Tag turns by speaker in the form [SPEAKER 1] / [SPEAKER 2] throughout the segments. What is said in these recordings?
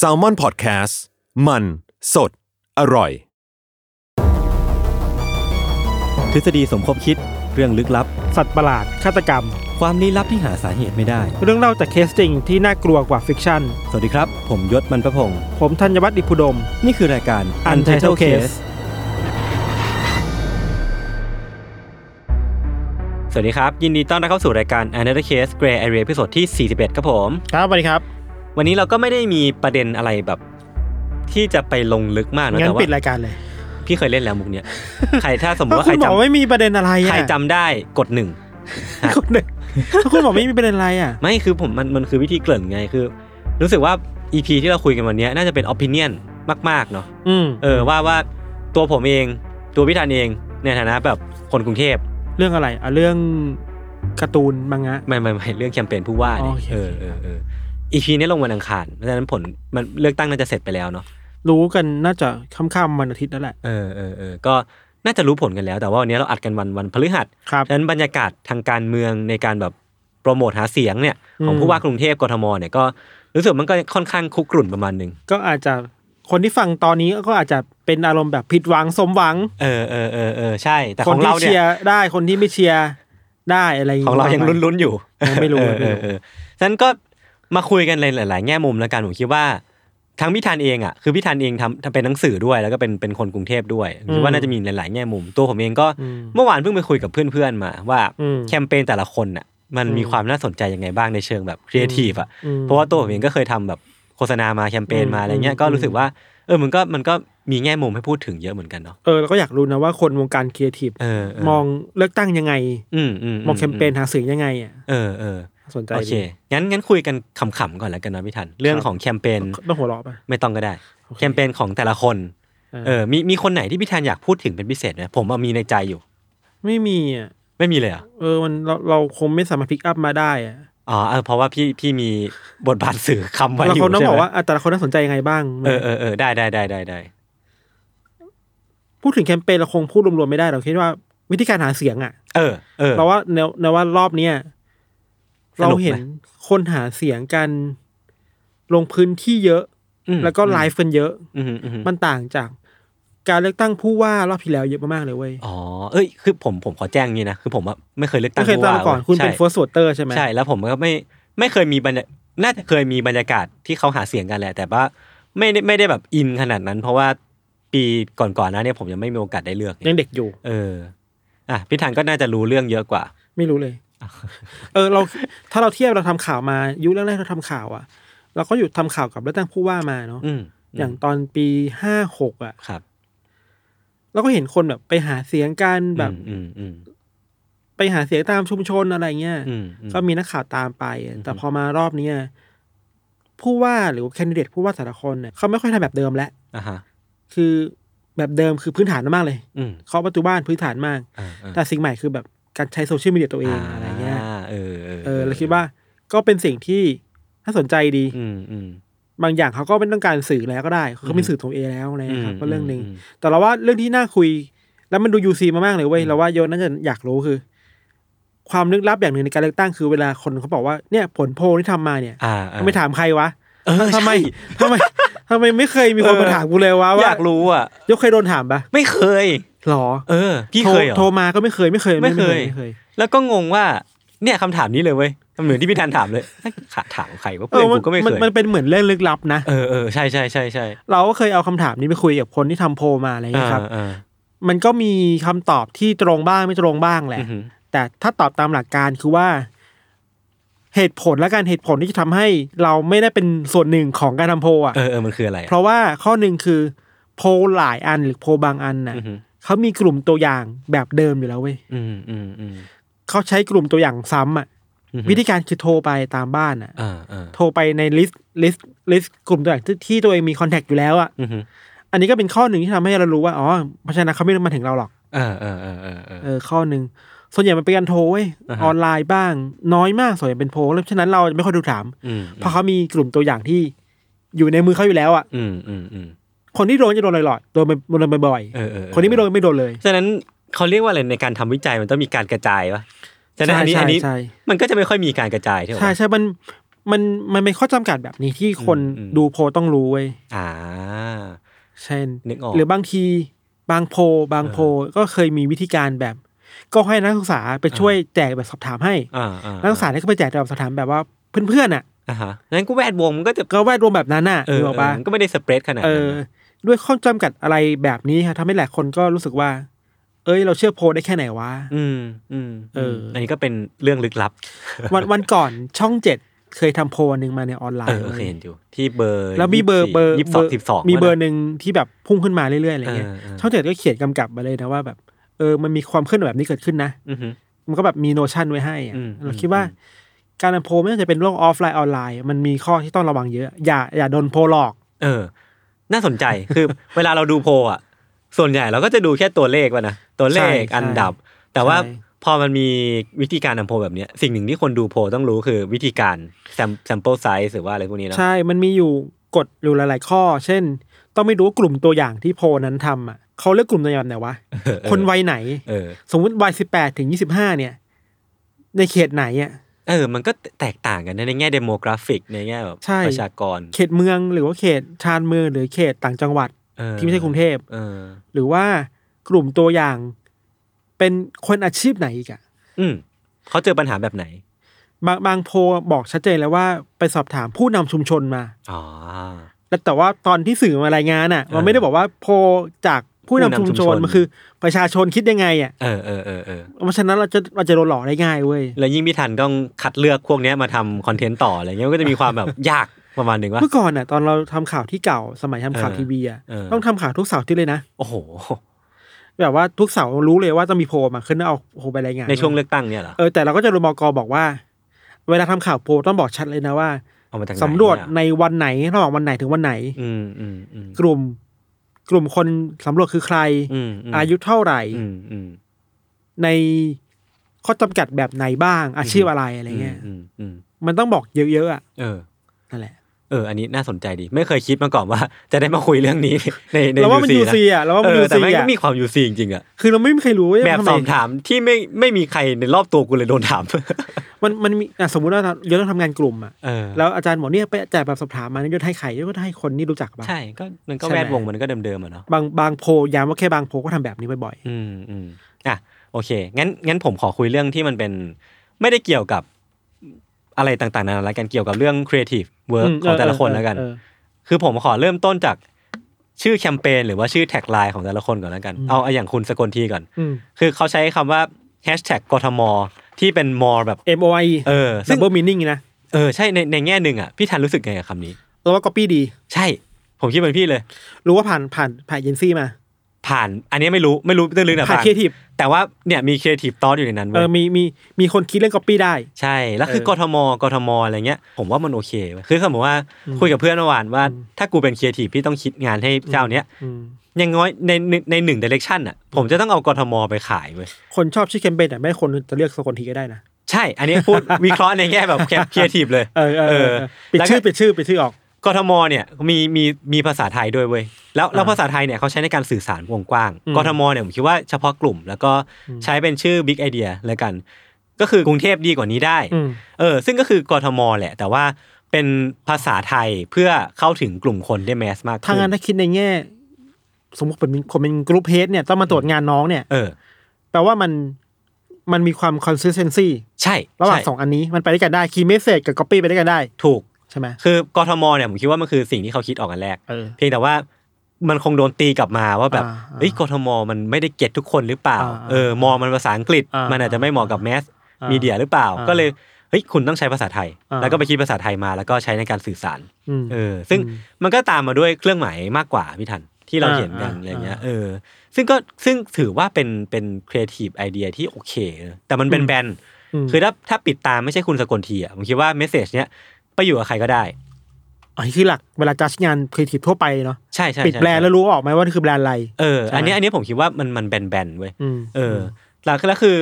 [SPEAKER 1] s a l m o n PODCAST มันสดอร่อย
[SPEAKER 2] ทฤษฎีสมคบคิดเรื่องลึกลับ
[SPEAKER 3] สัตว์ประหลาด ฆาตกรรม
[SPEAKER 2] ความลี้ลับที่หาสาเหตุไม่ได้
[SPEAKER 3] เรื่องเล่าจากเคสจริงที่น่ากลัวกว่าฟิกชั่น
[SPEAKER 2] สวัสดีครับ ผมยศมันประพงศ์
[SPEAKER 3] ผมธัญวัฒน์อิพุดม
[SPEAKER 2] นี่คือรายการ Untitled Case สวัสดีครับ ยินดีต้อนรับเข้าสู่รายการ Untitled Case Gray Area พิสดที่ 41 ครับผม
[SPEAKER 3] ครับสวัสดีครับ
[SPEAKER 2] วันนี้เราก็ไม่ได้มีประเด็นอะไรแบบ ที่จะไปลงลึกมากนะ
[SPEAKER 3] งั้น
[SPEAKER 2] แต่ว่า
[SPEAKER 3] ปิดรายการเลย
[SPEAKER 2] พี่เคยเล่นแล้วมุกเนี้ย ใครถ้าสมมติ
[SPEAKER 3] ถ้า
[SPEAKER 2] ว่าใค
[SPEAKER 3] คุ
[SPEAKER 2] ร
[SPEAKER 3] ณบอก
[SPEAKER 2] จำ
[SPEAKER 3] ไม่มีประเด็นอะไรอะ
[SPEAKER 2] ใครจำได้กดหนึ่ง
[SPEAKER 3] คนหนึ่งถ้าคุณบอกไม่มีประเด็นอะไรอ่ะ
[SPEAKER 2] ไม่คือผมมันมันคือวิธีเกริ่นไงคือ รู้สึกว่า EP ที่เราคุยกันวันเนี้ยน่าจะเป็น opinion มาก ๆ เนาะ
[SPEAKER 3] อืม
[SPEAKER 2] เออว่าว่าตัวผมเอง ตัวพิธันเองในฐานะแบบคนกรุงเทพ
[SPEAKER 3] เรื่องอะไรอ่ะเรื่องการ์ตูนมังงะ
[SPEAKER 2] ไม่ไม่ไม่เรื่องแคมเปญผู้ว่าเนี่ย
[SPEAKER 3] โอเค
[SPEAKER 2] เออเออเออ EP นี้ลงวันอังคารเพราะฉะนั้นผลมันเลือกตั้งน่าจะเสร็จไปแล้วเนาะ
[SPEAKER 3] รู้กันน่าจะค่ำๆวันอาทิตย์นั่นแหละ
[SPEAKER 2] เออเออเออก็น่าจะรู้ผลกันแล้ว แต่ว่าวันนี้เราอัดกันวันวันพฤหัส
[SPEAKER 3] ครับ
[SPEAKER 2] ฉะนั้นบรรยากาศทางการเมืองในการแบบโปรโมทหาเสียงเนี่ยของผู้ว่ากรุงเทพกทมเนี่ยก็รู้สึกมันก็ค่อนข้างคุกรุ่นประมาณหนึ่ง
[SPEAKER 3] ก็อาจจะคนที่ฟังตอนนี้ก็อาจจะเป็นอารมณ์แบบผิดหวังสมหวัง
[SPEAKER 2] เออเออเออเออใช่ แต่
[SPEAKER 3] ค
[SPEAKER 2] ขอ
[SPEAKER 3] น
[SPEAKER 2] ง
[SPEAKER 3] ที่
[SPEAKER 2] เราเนี่
[SPEAKER 3] เชีย
[SPEAKER 2] ย
[SPEAKER 3] ร์ได้คนที่ไม่เชียร์ได้อะไรย่
[SPEAKER 2] ของเรายัง
[SPEAKER 3] ประมณ
[SPEAKER 2] ลุ้นๆอยู่
[SPEAKER 3] ยังไม่รู้
[SPEAKER 2] เออ
[SPEAKER 3] ยัง
[SPEAKER 2] เอ
[SPEAKER 3] ไม่รู้
[SPEAKER 2] อเออฉะนั้นก็มาคุยกันในหลาย ๆ แง่มุมแล้วกันผมคิดว่าทั้งพี่ธันเองอ่ะคือพี่ธันเองทำทำเป็นหนังสือด้วยแล้วก็เป็นเป็นคนกรุงเทพด้วยคิดว่าน่าจะมีหลาย ๆ แง่มุม ตัวผมเองก็
[SPEAKER 3] อืม
[SPEAKER 2] เมื่อวานเพิ่งไปคุยกับเพื่อน ๆ มาว่า
[SPEAKER 3] อืม
[SPEAKER 2] แคมเปญแต่ละคนอ่ะมันมี
[SPEAKER 3] อืม
[SPEAKER 2] ความน่าสนใจยังไงบ้างในเชิงแบบครีเอทีฟอ่ะ เพราะว่าตัวผมเองก็เคยทำแบบโฆษณามาแคมเปญมาอะไรเงี้ยก็รู้สึกว่าเออมันก็มันก็มีแง่มุมให้พูดถึงเยอะเหมือนกันเนาะ
[SPEAKER 3] เออเราก็อยากรู้นะว่าคนวงการครีเอทีฟ
[SPEAKER 2] เออเ
[SPEAKER 3] มองเลือกตั้งยังไง
[SPEAKER 2] อืมอืม
[SPEAKER 3] มองแคมเปญหาเสียงยังไงอ่ะ
[SPEAKER 2] เออเออ
[SPEAKER 3] น่าสนใจ
[SPEAKER 2] โอ
[SPEAKER 3] ดี
[SPEAKER 2] เค งั้นงั้นคุยกันขำๆก่อนแล้วกันนะพี่ทัน เรื่อง
[SPEAKER 3] ครับ
[SPEAKER 2] ของแคมเปญ
[SPEAKER 3] ต้องหัวเราะป่ะ
[SPEAKER 2] ไม่ต้องก็ได้
[SPEAKER 3] โอเค
[SPEAKER 2] แคมเปญของแต่ละคน เออ มีมีคนไหนที่พี่ทันอยากพูดถึงเป็นพิเศษไหมผมอะมีในใจอยู่
[SPEAKER 3] ไม่มีอ่ะ
[SPEAKER 2] ไม่มีเลยเหรอ
[SPEAKER 3] เออมันเราเราคงไม่สามารถพิกอัพมาได้อ่ะ
[SPEAKER 2] อ๋อเออเพราะว่าพี่พี่มีบทบาทสื่อคำไว้อ
[SPEAKER 3] เรา
[SPEAKER 2] ยู่
[SPEAKER 3] คนต้อง
[SPEAKER 2] ใช่
[SPEAKER 3] บอก
[SPEAKER 2] ไหม
[SPEAKER 3] ว่าอ่ะแต่ละคนน่าสนใจยังไงบ้าง
[SPEAKER 2] เออเออเออได้ได้ได้ได้ได้
[SPEAKER 3] พูดถึงแคมเปญเราคงพูดรวมๆไม่ได้เราคิดว่าวิธีการหาเสียงอ่ะ
[SPEAKER 2] เออเออ
[SPEAKER 3] เราว่าแนวแนวว่ารอบเนี้ย
[SPEAKER 2] ส
[SPEAKER 3] เรา
[SPEAKER 2] นุกไหม
[SPEAKER 3] เห็นคนหาเสียงกันลงพื้นที่เยอะ
[SPEAKER 2] อืม
[SPEAKER 3] แล้วก็ไลฟ์กันเยอะ
[SPEAKER 2] อืมอืมอืม
[SPEAKER 3] มันต่างจาก การเลือกตั้งผู้ว่ารอบที่แล้วเยอะมากๆเลยเว้ย
[SPEAKER 2] อ๋อ เอ้ย คือผมผมขอแจ้งอย่างนี้นะ คือผมอะไม่เคยเลือกตั้ง
[SPEAKER 3] ไม่เคยตามมาก่อน
[SPEAKER 2] ผู้ว่
[SPEAKER 3] คุณเป็น
[SPEAKER 2] ใช่
[SPEAKER 3] เฟิร์สโวเตอร์ใช่ไหม
[SPEAKER 2] ใช่แล้วผมก็ไม่ไม่เคยมีบรรยาน่าจะเคยมีบรรยากาศที่เขาหาเสียงกันแหละ แต่ว่าไม่ได้ไม่ได้แบบอินขนาดนั้น เพราะว่าปีก่อนๆนะเนี่ยผมยังไม่มีโอกาสได้เลือกไง
[SPEAKER 3] ยังเด็กอยู่
[SPEAKER 2] เอออ่ะพี่ธันก็น่าจะรู้เรื่องเยอะกว่า
[SPEAKER 3] ไม่รู้เลย เออเราถ้าเราเทียบเราทำข่าวมา ยุคแรกๆเราทำข่าวอ่ะ เราก็หยุดทำข่าวกับเลือกตั้งผู้ว่ามาเนาะ
[SPEAKER 2] อืม
[SPEAKER 3] อย่างตอนปีห้าหกอ่ะ
[SPEAKER 2] ครับ
[SPEAKER 3] เราก็เห็นคนแบบไปหาเสียงกันแบบ
[SPEAKER 2] อืมอืม
[SPEAKER 3] ไปหาเสียงตามชุมชนอะไรเงี้ย
[SPEAKER 2] อืมอืม
[SPEAKER 3] ก็มีนักข่าวตามไปอะแต่พอมารอบเนี้ยผู้ว่าหรือแคนดิเดตผู้ว่าแต่ละคนเนี่ยเขาไม่ค่อยทำแบบเดิมแล้ว
[SPEAKER 2] อ่ะฮะ
[SPEAKER 3] คือแบบเดิมคือพื้นฐานมากเลย
[SPEAKER 2] อืม
[SPEAKER 3] เคาะประตูบ้านพื้นฐานมาก
[SPEAKER 2] อ่าอ่า
[SPEAKER 3] แต่สิ่งใหม่คือแบบการใช้โซเชียลมีเดียตัวเองอะไรเงี้ย
[SPEAKER 2] าเออ
[SPEAKER 3] เออเราคิดว่าก็เป็นสิ่งที่น่าสนใจดี
[SPEAKER 2] อืมอืม
[SPEAKER 3] บางอย่างเขาก็ไม่ต้องการสื่อแล้วก็ได้เขาก็มีสื่อตัวเองแล้วอะไร
[SPEAKER 2] อืม
[SPEAKER 3] นะครับก็เรื่องหนึ่ง
[SPEAKER 2] ม
[SPEAKER 3] แต่เราว่าเรื่องที่น่าคุย แล้วมันดูยูซีมามากเลยเว้ยเราว่าโยนน่าจะอยากรู้คือ ความลึกลับอย่างหนึ่งในการเลือกตั้งคือเวลาคนเขาบอกว่าเนี่ยผลโพลที่ทำมาเนี่ย
[SPEAKER 2] อ่า
[SPEAKER 3] ทำไม่ถามใครวะ
[SPEAKER 2] เออ
[SPEAKER 3] ทำไม
[SPEAKER 2] ใช่
[SPEAKER 3] ทำไมทำไมไม่เคยมีคน
[SPEAKER 2] เออ
[SPEAKER 3] มาถามกูเลยวะว่าย
[SPEAKER 2] อากรู้อ่ะ
[SPEAKER 3] ยกเคยโดนถามปะ
[SPEAKER 2] ไม่เคย
[SPEAKER 3] หรอ
[SPEAKER 2] เออพี่
[SPEAKER 3] โทร
[SPEAKER 2] เคยเหรอ
[SPEAKER 3] โทรมาก็ไม่เคยไม่เคย
[SPEAKER 2] ไม่เคย
[SPEAKER 3] ไม่เคย
[SPEAKER 2] แล้วก็งงว่าเนี่ยคำถามนี้เลยเว้ยคำเหมือนที่พี่ธันถามเลยขาถามใครว่า
[SPEAKER 3] เอ
[SPEAKER 2] เพื่อ
[SPEAKER 3] อน มั
[SPEAKER 2] กูก็ไม่
[SPEAKER 3] มั
[SPEAKER 2] เคย
[SPEAKER 3] มันเป็นเหมือนเรื่องลึกลับนะ
[SPEAKER 2] เออเออใช่ใช่ใช่ใช่
[SPEAKER 3] เราก็เคยเอาคำถามนี้ไปคุยกับคนที่ทำโพลมาอะไรอย่างเงี้ยครับ
[SPEAKER 2] อ่าอ่า
[SPEAKER 3] มันก็มีคำตอบที่ตรงบ้างไม่ตรงบ้างแห
[SPEAKER 2] อื
[SPEAKER 3] ละ
[SPEAKER 2] อหือ
[SPEAKER 3] แต่ถ้าตอบตามหลักการคือว่า เหตุผลและการเหตุผลที่จะทำให้เราไม่ได้เป็นส่วนหนึ่งของการทำโพลอ่ะ
[SPEAKER 2] เออเออมันคืออะไรอะ
[SPEAKER 3] เพราะว่าข้อหนึ่งคือโพลหลายอันหรือโพลบางอันน่ะ
[SPEAKER 2] อือหือ
[SPEAKER 3] เขามีกลุ่มตัวอย่างแบบเดิมอยู่แล้วเว้ย
[SPEAKER 2] อืมอืมอืม
[SPEAKER 3] เขาใช้กลุ่มตัวอย่างซ้ำอ่ะ
[SPEAKER 2] อือฮึ
[SPEAKER 3] วิธีการคือโทรไปตามบ้านอ่ะ
[SPEAKER 2] อ่าอ่า
[SPEAKER 3] โทรไปในลิสต์ลิสต์ลิสต์กลุ่มตัวอย่างที่ที่ตัวเองมีคอนแทคอยู่แล้วอ่ะ
[SPEAKER 2] อือฮึ
[SPEAKER 3] อันนี้ก็เป็นข้อหนึ่งที่ทำให้เรารู้ว่าอ๋อเพราะฉะนั้นเขาไม่มาถึงเราหรอก
[SPEAKER 2] เออเออเออเออเออ
[SPEAKER 3] เออข้อหนึ่งส่วนใหญ่มันเป็นการโทรเว้ย
[SPEAKER 2] อ่าฮะ
[SPEAKER 3] ออนไลน์บ้าง น้อยมากส่วนใหญ่เป็นโพลแล้วฉะนั้นเราจะไม่ค่อยดูถาม
[SPEAKER 2] อืม
[SPEAKER 3] เพราะเขามีกลุ่มตัวอย่างที่อยู่ในมือเขาอยู่แล้วอ่ะ
[SPEAKER 2] อืมอืมอืม
[SPEAKER 3] คนที่โดนจะโดนลอยๆโดนไปโดนบ่อย
[SPEAKER 2] เออเออเอ
[SPEAKER 3] ๆ
[SPEAKER 2] อ
[SPEAKER 3] คนที่ไม่โดนไม่โดนเลย
[SPEAKER 2] ฉะนั้นเขาเรียกว่าอะไรในการทำวิจัยมันต้องมีการกระจายวะฉะนั้นอันนี้
[SPEAKER 3] ใช่
[SPEAKER 2] อันนี้
[SPEAKER 3] ใช่
[SPEAKER 2] มันก็จะไม่ค่อยมีการกระจายใช่ไหม
[SPEAKER 3] ใช่ใช่มันมันมันเป็นข้อจำกัดแบบนี้ที่คน
[SPEAKER 2] อืม
[SPEAKER 3] ดูโพลต้องรู้เว้ย
[SPEAKER 2] อ่า
[SPEAKER 3] เช่น
[SPEAKER 2] นึกออก
[SPEAKER 3] หรือบางทีบางโพลบางโพลก็เคยมีวิธีการแบบ ก็ให้นักศึกษาไปช่วยแจกแบบสอบถามให้
[SPEAKER 2] อ่าอ่า
[SPEAKER 3] นักศึกษาเนี่ยก็ไปแจกแบบสอบถามแบบว่าเพื่อนๆอ่ะ
[SPEAKER 2] อ่าฮะงั้นกูแวดวงมันก็จะ
[SPEAKER 3] ก็แวดวงแบบนั้นน่ะ
[SPEAKER 2] เออ
[SPEAKER 3] นึ
[SPEAKER 2] เอ
[SPEAKER 3] กอ
[SPEAKER 2] อ
[SPEAKER 3] อกปะ
[SPEAKER 2] มันก็ไม่ได้สเปรดขนาด
[SPEAKER 3] เอ
[SPEAKER 2] นั้น
[SPEAKER 3] อ
[SPEAKER 2] นะ
[SPEAKER 3] ด้วยข้อจำกัดอะไรแบบนี้ครับทำให้หลายคนก็รู้สึกว่า เอ้ยเราเชื่อโพลได้แค่ไหนวะ
[SPEAKER 2] อืมอืม
[SPEAKER 3] เออ
[SPEAKER 2] นนี้ก็เป็นเรื่องลึกลับ
[SPEAKER 3] วันวันก่อนช่องเจ็ดเคยทำโพลอันหนึ่งมาในออนไล
[SPEAKER 2] เออ
[SPEAKER 3] น์
[SPEAKER 2] เออเคย
[SPEAKER 3] ว้ย
[SPEAKER 2] เห็นอยู่ที่เบอร์
[SPEAKER 3] แล้วมีเบอร์เบอร์
[SPEAKER 2] ยี่สิบสองสิบสอง
[SPEAKER 3] มีเบอร์หนึ่งที่แบบพุ่งขึ้นมาเรื่อยๆอะไรเงี้ย
[SPEAKER 2] เออเออ
[SPEAKER 3] ช่องเจ็ดก็เขียนกำกับมาเลยนะว่าแบบเออมันมีความเคลื่อนไหวแบบนี้เกิดขึ้นนะ
[SPEAKER 2] อือฮึ
[SPEAKER 3] มันก็แบบมีโนชั่นไว้ให้อะ
[SPEAKER 2] อืม
[SPEAKER 3] เรา
[SPEAKER 2] อืม
[SPEAKER 3] คิดว่า
[SPEAKER 2] อืม
[SPEAKER 3] การทำโพลไม่ว่าจะเป็นเรื่องออฟไลน์ออนไลน์ มันมีข้อที่ต้องระวังเยอะ อย่าอย่าโดนโพลหลอก
[SPEAKER 2] เออ น่าสนใจ คือ เวลาเราดูโพลอ่ะ ส่วนใหญ่เราก็จะดูแค่ตัวเลขวะนะ ตัวเลข
[SPEAKER 3] ใช่
[SPEAKER 2] อันดับ แต่ว่า
[SPEAKER 3] ใช่
[SPEAKER 2] พอมันมีวิธีการทำโพลแบบเนี้ย สิ่งหนึ่งที่คนดูโพลต้องรู้คือวิธีการแซม sample size หรือว่าอะไรพวกนี้เนาะ
[SPEAKER 3] ใช่ มันมีอยู่กฎอยู่หลาย ๆ ข้อ เช่น ต้องไม่รู้ว่ากลุ่มตัวอย่างที่โพลนั้นทำอ่ะเขาเลือกกลุ่มตัวอย่างแบบไหน วะ
[SPEAKER 2] เออเออ
[SPEAKER 3] คนวัยไหน
[SPEAKER 2] เออ
[SPEAKER 3] สมมติวัยสิบแปดถึงยี่สิบห้าเนี่ย ในเขตไหนอ่ะ
[SPEAKER 2] เออ มันก็แตกต่างกันนะในแง่เดโมกราฟิก ในแง่แบบ
[SPEAKER 3] ใช่
[SPEAKER 2] ประชากร
[SPEAKER 3] เขตเมืองหรือว่าเขตชานเมืองหรือเขตต่างจังหวัด
[SPEAKER 2] เออ
[SPEAKER 3] ที่ไม่ใช่กรุงเทพ
[SPEAKER 2] เออ
[SPEAKER 3] หรือว่ากลุ่มตัวอย่าง เป็นคนอาชีพไหนอีกอ่ะ
[SPEAKER 2] อืมเขาเจอปัญหาแบบไหน
[SPEAKER 3] บางบางโพลบอกชัดเจนแล้วว่าไปสอบถามผู้นำชุมชนมา
[SPEAKER 2] อ๋อ
[SPEAKER 3] แล้วแต่ว่าตอนที่สื่อมารายงานอ่ะ
[SPEAKER 2] เออ
[SPEAKER 3] มันไม่ได้บอกว่าโพลจากผู้นำ
[SPEAKER 2] ผู้นำ
[SPEAKER 3] ชุมช
[SPEAKER 2] ชุมช
[SPEAKER 3] น
[SPEAKER 2] น
[SPEAKER 3] มันคือประชาชนคิดยังไงอ่ะ
[SPEAKER 2] เออเออเออเออ
[SPEAKER 3] เพราะฉะนั้นเราจะเราจะโดนหลอกได้ง่ายเว้ย
[SPEAKER 2] แล้วยิ่งพี่ทันต้องคัดเลือกพวกเนี้ยมาทำคอนเทนต์ต่ออะไรเงี้ยมันก็จะมีความแบบ ยากประมาณหนึ่งว่า
[SPEAKER 3] เมื่อก่อนอ่ะตอนเราทำข่าวที่เก่าสมัยทำข่าว
[SPEAKER 2] เออ
[SPEAKER 3] ทีวีอ่ะ
[SPEAKER 2] เออ
[SPEAKER 3] ต้องทำข่าวทุกเสาร์อาที่เลยนะ
[SPEAKER 2] โอ้โห
[SPEAKER 3] แบบว่าทุกเสาร์รู้เลยว่าจะมีโพลมาขึ้นแล้วเอาโพลไปรายงาน
[SPEAKER 2] ในช่วงเลือกตั้งเนี่ยเหรอ
[SPEAKER 3] เออแต่เราก็จะรมกบอกว่า เวลาทำข่าวโพลต้องบอกชัดเลยนะว่า
[SPEAKER 2] เอามาจากไหน
[SPEAKER 3] สำรวจ
[SPEAKER 2] เนี่ย
[SPEAKER 3] ในวันไหนระหว่างวันไหนถึงวันไหน
[SPEAKER 2] อืมอืมอืม
[SPEAKER 3] กลุ่ม กลุ่มคนสำรวจคือใคร
[SPEAKER 2] อืมม
[SPEAKER 3] อายุเท่าไหร่
[SPEAKER 2] อืมอืม
[SPEAKER 3] ในข้อจำกัดแบบไหนบ้าง อาชีพอะไรอะไรเงี้ย
[SPEAKER 2] อืมอืม
[SPEAKER 3] มันต้องบอกเยอะๆอ่ะ
[SPEAKER 2] เออ
[SPEAKER 3] นั่นแหละ
[SPEAKER 2] เออ อันนี้น่าสนใจดี ไม่เคยคิดมาก่อนว่า จะได้มาคุยเรื่องนี้ ในใน
[SPEAKER 3] เราว่ามันยูซีอ่ะเราว่า
[SPEAKER 2] เอ
[SPEAKER 3] มัน
[SPEAKER 2] อ
[SPEAKER 3] ยู
[SPEAKER 2] แต่
[SPEAKER 3] ซี
[SPEAKER 2] แม่งก็
[SPEAKER 3] อ่ะ
[SPEAKER 2] มีความยูซีจริงๆอะ
[SPEAKER 3] คือเราไม่มีใครรู้ว่า
[SPEAKER 2] แบบ
[SPEAKER 3] ทำ
[SPEAKER 2] ส
[SPEAKER 3] ไม
[SPEAKER 2] อบถามที่ไม่ไม่มีใครในรอบตัวกูเลยโดนถาม
[SPEAKER 3] มันมันมีอ่ะสมมุติว่าโยศต้องทำงานกลุ่มอ่ะ
[SPEAKER 2] เออ
[SPEAKER 3] แล้วอาจารย์บอกเนี่ยไปแจกแบบสอบถามมาเนี่ยโยศให้ใครโยศก็ให้คนนี่รู้จักบ้าง
[SPEAKER 2] ใช่ก็มันก็
[SPEAKER 3] ใช่ไหม
[SPEAKER 2] แวดวงมันก็เดิมๆอะเนาะ
[SPEAKER 3] บางบางโพลย้ำว่าแค่บางโพลก็ทำแบบนี้บ่อย
[SPEAKER 2] อืมอืมอ่ะโอเค งั้นงั้นผมขอคุยเรื่องที่มันเป็น ไม่ได้เกี่ยวกับอะไรต่างๆนานาแล้วกันเกี่ยวกับเรื่อง Creative
[SPEAKER 3] ๆ
[SPEAKER 2] Work
[SPEAKER 3] ม
[SPEAKER 2] ของแต่ละคน
[SPEAKER 3] เออ
[SPEAKER 2] แล้วกัน
[SPEAKER 3] เออ
[SPEAKER 2] คือผมขอเริ่มต้นจากชื่อแคมเปญหรือว่าชื่อแท็กไลน์ของแต่ละคนก่อนแล้วกัน
[SPEAKER 3] อืม
[SPEAKER 2] เอาเอาอย่างคุณสกลทีก่อน
[SPEAKER 3] อืม
[SPEAKER 2] คือเขาใช้คำว่าแฮชแท็กกทมที่เป็นมอแบบ
[SPEAKER 3] M O I
[SPEAKER 2] เออซึ่
[SPEAKER 3] ซึ่
[SPEAKER 2] ง
[SPEAKER 3] งเบอร์มินิ่งนะ
[SPEAKER 2] เออใช่ในในแง่หนึ่งอ่ะพี่ทันรู้สึกไงกับคำนี้
[SPEAKER 3] เราว่าก็ปี้ดี
[SPEAKER 2] ใช่ ผมคิดเหมือนพี่เลย
[SPEAKER 3] รู้ว่าผ่านผ่านผ่านเอเจนซี่มา
[SPEAKER 2] ผ่านอันนี้ไม่รู้ไม่รู้เรื่องลึกหนา
[SPEAKER 3] ผ่าน
[SPEAKER 2] บาง
[SPEAKER 3] ครีเอทีฟ
[SPEAKER 2] แต่ว่าเนี่ยมีครีเอทีฟตอนอยู่ในนั้น
[SPEAKER 3] เอ
[SPEAKER 2] เว้ย
[SPEAKER 3] อมีมีมีคนคิดเรื่องก็ปี้ได้
[SPEAKER 2] ใช่ แล้วคือ
[SPEAKER 3] เออก
[SPEAKER 2] ทมกทมอะไรเงี้ย ผมว่ามันโอเคเว้ยคือสมมติว่า
[SPEAKER 3] อืม
[SPEAKER 2] คุยกับเพื่อนเมื่อวานว่า
[SPEAKER 3] อืม
[SPEAKER 2] ถ้ากูเป็นครีเอทีฟพี่ต้องคิดงานให้เจ้าเนี้ย
[SPEAKER 3] อืม
[SPEAKER 2] อยังน้อยในในในหนึ่งเดเรคชั่นอ่ะ ผมจะต้องเอากทมไปขายเว้ย
[SPEAKER 3] คนชอบชื่อแคมเปญแต่ไม่คนจะเลือกสกลทีก็ได้นะ
[SPEAKER 2] ใช่ อันนี้พูด วิเคราะห์ในแง่แบบครีเอทีฟเลย
[SPEAKER 3] เออเออเออ
[SPEAKER 2] เออ
[SPEAKER 3] ปิด
[SPEAKER 2] แล้วก็
[SPEAKER 3] ชื่อปิดชื่อปิดชื่อออก
[SPEAKER 2] กทมเนี่ยมีมีมีภาษาไทยด้วยเว้ยแล้วแล้ว
[SPEAKER 3] อ่า
[SPEAKER 2] ภาษาไทยเนี่ยเขาใช้ในการสื่อสารวงกว้าง
[SPEAKER 3] อืม
[SPEAKER 2] กทมเนี่ยผมคิดว่าเฉพาะกลุ่ม แล้วก็
[SPEAKER 3] อืม
[SPEAKER 2] ใช้เป็นชื่อบิ๊กไอเดียแล้วกัน ก็คือกรุงเทพดีกว่านี้ได้
[SPEAKER 3] อืม
[SPEAKER 2] เออซึ่งก็คือกทมแหละ แต่ว่าเป็นภาษาไทยเพื่อเข้าถึงกลุ่มคนได้แมสมาก
[SPEAKER 3] ถ้า
[SPEAKER 2] ขึ้
[SPEAKER 3] งั้น
[SPEAKER 2] น
[SPEAKER 3] ถ้าคิดในแง่ สมมติผมเป็นผมเป็นกรุ๊ปเฮดเนี่ยต้องมาตรวจงานน้องเนี่ย
[SPEAKER 2] เออ
[SPEAKER 3] แปลว่ามันมันมีความคอนสิสเทนซี
[SPEAKER 2] ใช่
[SPEAKER 3] ระหว่าง
[SPEAKER 2] ใช่
[SPEAKER 3] สองอันนี้มันไปด้วยกันได้คีย์เมสเซจกับก๊อปปี้ไปด้วยกันได้
[SPEAKER 2] ถูก
[SPEAKER 3] ใช่ไหม
[SPEAKER 2] คือกทมเนี่ยผมคิดว่ามันคือสิ่งที่เขาคิดออกกันแรก
[SPEAKER 3] เออ
[SPEAKER 2] เพียงแต่ว่ามันคงโดนตีกลับมาว่าแบบ
[SPEAKER 3] อ่าอ่า
[SPEAKER 2] เอ้ยกทมมันไม่ได้เก็ตทุกคนหรือเปล่า
[SPEAKER 3] อ่าอ่า
[SPEAKER 2] เออมอมันภาษาอังกฤษ
[SPEAKER 3] อ่ามั
[SPEAKER 2] มันอาจจะไม่เหมาะกับแมส
[SPEAKER 3] อ่ามี
[SPEAKER 2] มีเดียหรือเปล่า
[SPEAKER 3] อ่า
[SPEAKER 2] ก็เลยเฮ้ยคุณต้องใช้ภาษาไทย
[SPEAKER 3] อ่า
[SPEAKER 2] แล้วก็ไปคิดภาษาไทยมาแล้วก็ใช้ในการสื่อสาร
[SPEAKER 3] ม
[SPEAKER 2] เออซึ่ง
[SPEAKER 3] อืม
[SPEAKER 2] มันก็ตามมาด้วยเครื่องหมายมากกว่าพี่ทันที่เรา
[SPEAKER 3] อ่า
[SPEAKER 2] เห็นกัน
[SPEAKER 3] อ่า
[SPEAKER 2] อะไรเงี้ย
[SPEAKER 3] อ่า
[SPEAKER 2] เออซึ่งก็ซึ่งถือว่าเป็นเป็นครีเอทีฟไอเดียที่โอเคนะแต่มันเป็น
[SPEAKER 3] อืม
[SPEAKER 2] แบรนด์
[SPEAKER 3] อืม
[SPEAKER 2] คือถ้าถ้าปิดตามไม่ใช่คุณสกลทีอ่ะผมคิดว่าเมสเซจเนี้ยไปอยู่กับใครก็ได้
[SPEAKER 3] อ๋อนี่คือหลักเวลาจัดงานครีเอทีฟทั่วไปเนาะ
[SPEAKER 2] ใช่ใช่
[SPEAKER 3] ปิด
[SPEAKER 2] ใช่
[SPEAKER 3] แบรนด์แล้วรู้ออกไหมว่านี่คือแบรนด์อะไร
[SPEAKER 2] เอออันเนี้ยอั
[SPEAKER 3] ใช่
[SPEAKER 2] นเนี้ยผมคิดว่ามันมันแบนๆเว้ย
[SPEAKER 3] อืม
[SPEAKER 2] เออแล้วแล้วคือ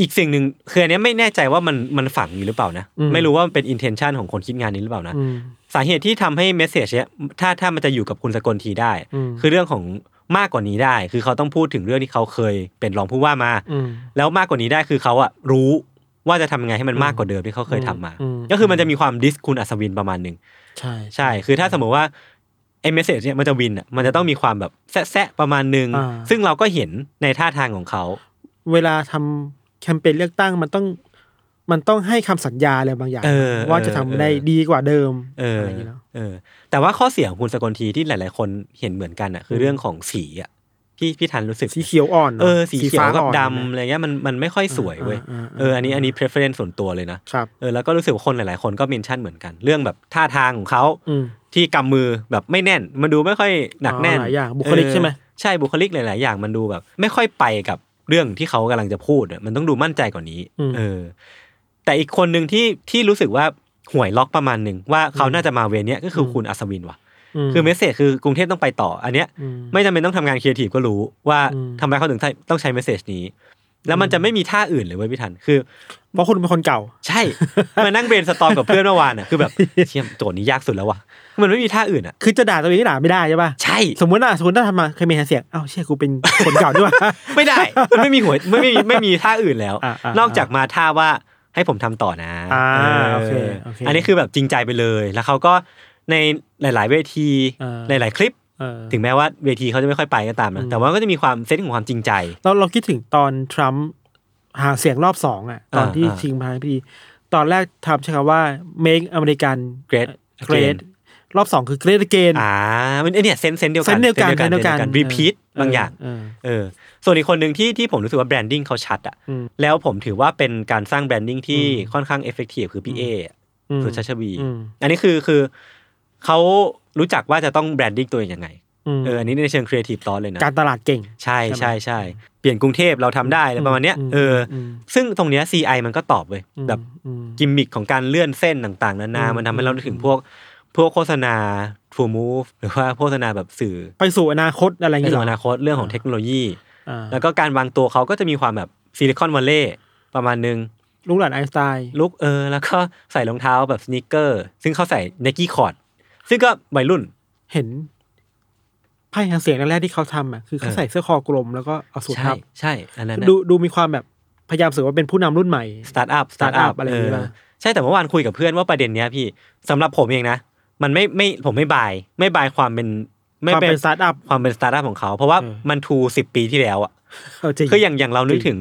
[SPEAKER 2] อีกสิ่งหนึ่งคืออันเนี้ยไม่แน่ใจว่ามันมันฝังอยู่หรือเปล่านะ
[SPEAKER 3] อืม
[SPEAKER 2] ไม่รู้ว่ามันเป็น intention ของคนคิดงานนี้หรือเปล่านะ
[SPEAKER 3] อืม
[SPEAKER 2] สาเหตุที่ทำให้เมสเซจเนี้ยถ้าถ้ามันจะอยู่กับคุณสกลทีได้
[SPEAKER 3] อืม
[SPEAKER 2] คือเรื่องของมากกว่านี้ได้ คือเขาต้องพูดถึงเรื่องที่เขาเคยเป็นรองผู้ว่ามา
[SPEAKER 3] อืม
[SPEAKER 2] แล้วมากกว่านี้ได้คือเขาอะรู้ว่าจะทำยังไงให้มันมากกว่าเดิมที่เขาเคยทำมา
[SPEAKER 3] อืม
[SPEAKER 2] ก็คือมันจะมีความดิสคุณอัศวินประมาณหนึ่ง
[SPEAKER 3] ใช่
[SPEAKER 2] ใช่ คือถ้าสมมติว่าไอ้เมสเซจเนี่ยมันจะวินอ่ะ มันจะต้องมีความแบบแซะๆประมาณหนึ่ง
[SPEAKER 3] า
[SPEAKER 2] ซึ่งเราก็เห็นในท่าทางของเขา
[SPEAKER 3] เวลาทำแคมเปญเลือกตั้งมันต้อง มันต้องให้คำสัญญาอะไรบางอย่าง
[SPEAKER 2] เออ
[SPEAKER 3] ว่าจะทำได้
[SPEAKER 2] เออ
[SPEAKER 3] ดีกว่าเดิม
[SPEAKER 2] เออ
[SPEAKER 3] ไรย่างงี้เนาะ
[SPEAKER 2] เออ แต่ว่าข้อเสียของคุณสกลทีที่หลาย ๆ คนเห็นเหมือนกันอ่ะ คือเรื่องของสีอ่ะ พี่พี่ทันรู้สึก
[SPEAKER 3] สีเขียวอ่อน
[SPEAKER 2] เออ สีเขียวกับ
[SPEAKER 3] ฟ้า
[SPEAKER 2] ดำ
[SPEAKER 3] อ่อน
[SPEAKER 2] อะไรเงี้ย มันมันไม่ค่อยสวยเว้ย
[SPEAKER 3] าา
[SPEAKER 2] เออ อันนี้อันนี้ preference ส่วนตัวเลยนะ
[SPEAKER 3] ครับ
[SPEAKER 2] เออ แล้วก็รู้สึกว่าคนหลาย ๆ คนก็เมนชั่นเหมือนกัน เรื่องแบบท่าทางของเขา
[SPEAKER 3] อืม
[SPEAKER 2] ที่กำมือแบบไม่แน่น มันดูไม่ค่อยหนักแน่น
[SPEAKER 3] อ๋อหลายอย่างบุคลิก
[SPEAKER 2] เออ
[SPEAKER 3] ใช่ไหม
[SPEAKER 2] ใช่บุคลิกหลาย ๆ อย่างมันดูแบบ ไม่ค่อยไปกับเรื่องที่เขากำลังจะพูดอะมันต้องดูมั่นใจกว่านี้เออ แต่อีกคนหนึ่งที่ที่รู้สึกว่าห่วยล็อกประมาณหนึ่งว่าเขาน่าจะมาเวรเนี้ยก็คืออคุณอัศวินว่ะ คือเมสเซจคือกรุงเทพต้องไปต่อ อันเนี้ย
[SPEAKER 3] อืม
[SPEAKER 2] ไม่จำเป็นต้องทำงานครีเอทีฟก็รู้ว่า
[SPEAKER 3] อืม
[SPEAKER 2] ทำไมเขาถึงต้องใช้เมสเซจนี้ แล้วมันจะไม่มีท่าอื่นเลยเว้ยพี่ทันคือ
[SPEAKER 3] เพราะคุณเป็นคนเก่า
[SPEAKER 2] ใช่ มานั่งเบรนสตอมกับเพื่อนเมื่อวานอ่ะคือแบบ เชี่ยโจทย์นี้ยากสุดแล้วว่ะมันไม่มีท่าอื่นอ่ะ
[SPEAKER 3] คือจะด่าตัวเองก็ด่าไม่ได้ใช่ป่ะ
[SPEAKER 2] ใช่
[SPEAKER 3] สมมติอ่ะสมมติถ้าทำมาเคยมีหาเสียงเอ้าเชี่ยกูเป็น คนเก่าด้วย
[SPEAKER 2] ไม่ได้ มันไม่มีหัวไม่มีไม่มีท่าอื่นแล้ว
[SPEAKER 3] อ่ะอ่ะ
[SPEAKER 2] นอกจากมาท่าว่าให้ผมทำต่อนะ
[SPEAKER 3] อ่าโอเคโอเคน
[SPEAKER 2] นี้คือแบบจริงใจไปเลย แล้วเขาก็ในหลาย ๆ เวที
[SPEAKER 3] อ่า
[SPEAKER 2] หลาย ๆ คลิป
[SPEAKER 3] เออ
[SPEAKER 2] ถึงแม้ว่าเวทีเขาจะไม่ค่อยไปก็ตามนะแต่ว่าก็จะมีความเซนส์ของความจริงใจ
[SPEAKER 3] เราเราคิดถึงตอนทรัมป์หาเสียงรอบสองอ่ะ ตอนที่
[SPEAKER 2] อ่า
[SPEAKER 3] ชิงประธานาธิบดี ตอนแรกทำใช้คำว่า make American
[SPEAKER 2] เกรด
[SPEAKER 3] great รอบสองคือ great again
[SPEAKER 2] อ่ามันไอ้เนี่ยเซนส์เซนส์เดียวกั
[SPEAKER 3] เส้นเดียวกัน
[SPEAKER 2] เซนส์เดียวกัน
[SPEAKER 3] เส้นเดียวกัน
[SPEAKER 2] รีพีทบางอย่าง
[SPEAKER 3] เออ
[SPEAKER 2] เออ ส่วนอีกคนหนึ่งที่ที่ผมรู้สึกว่าแบรนดิ้งเขาชัดอ่ะ
[SPEAKER 3] อืม
[SPEAKER 2] แล้วผมถือว่าเป็นการสร้างแบรนดิ้งที่ค่อนข้างเอฟเฟกตีฟคือพี่เออะ
[SPEAKER 3] อืม
[SPEAKER 2] สุชาติชวี
[SPEAKER 3] อืม
[SPEAKER 2] อันนี้คือคือเขารู้จักว่าจะต้องแบรนดิ้งตัวเองยังไง
[SPEAKER 3] ม
[SPEAKER 2] เออ อันนี้ในเชิงครีเอทีฟตอนเลยนะ
[SPEAKER 3] การตลาดเก่ง
[SPEAKER 2] ใช่ใช่ใช่เปลี่ยนกรุงเทพเราทำได้อะไรประมาณเนี้ย
[SPEAKER 3] อืม
[SPEAKER 2] เอออ
[SPEAKER 3] ม
[SPEAKER 2] ซึ่งตรงเนี้ย CI มันก็ตอบเลยแบบ
[SPEAKER 3] อืม
[SPEAKER 2] กิมมิคของการเลื่อนเส้นต่างๆ นานา
[SPEAKER 3] อืม
[SPEAKER 2] มันทำให้เรานึกถึงพวก พวกโฆษณา True Move หรือว่าโฆษณาแบบสื่อ
[SPEAKER 3] ไปสู่อนาคตอะไรอย่าง
[SPEAKER 2] ใน
[SPEAKER 3] เงี้ย
[SPEAKER 2] อนาคตเรื่องของเทคโนโลยี
[SPEAKER 3] อ่า
[SPEAKER 2] แล้วก็การวางตัวเขาก็จะมีความแบบซิลิคอนวัลเลย์ประมาณนึง
[SPEAKER 3] ลูกหลานไอน์สไตน์
[SPEAKER 2] ลุกเออแล้วก็ใส่รองเท้าแบบสนิเกอร์ ซึ่งเขาใส่ไนกี้คอร์ดซึ่งก็วัยรุ่น
[SPEAKER 3] เห็นไพ่หางเสียงแรกๆที่เขาทำอ่ะคือเขา
[SPEAKER 2] เออ
[SPEAKER 3] ใส่เสื้อคอกลมแล้วก็เอาสูท
[SPEAKER 2] ใช่
[SPEAKER 3] ทับ
[SPEAKER 2] ใช่อันนั้น
[SPEAKER 3] ดูดูมีความแบบพยายามสื่อว่าเป็นผู้นำรุ่นใหม่
[SPEAKER 2] สตาร์ทอัพสตาร์ทอัพ
[SPEAKER 3] startup อะไรอย่างงี้ป่ะ
[SPEAKER 2] ใช่แต่เมื่อวานคุยกับเพื่อนว่าประเด็นเนี้ยพี่สำหรับผมเองนะ มันไม่ไม่ผมไม่บาย ไม่บายความเป็นไม่
[SPEAKER 3] ความ
[SPEAKER 2] เป็
[SPEAKER 3] เป็น
[SPEAKER 2] น
[SPEAKER 3] สตาร์ทอัพ
[SPEAKER 2] ความเป็นสตาร์ทอัพของเขา เพราะว่า
[SPEAKER 3] เออ
[SPEAKER 2] มันทูสิบปีที่แล้วอ่ะ
[SPEAKER 3] เออจริง
[SPEAKER 2] คืออย่างอย่างเรานึกถึง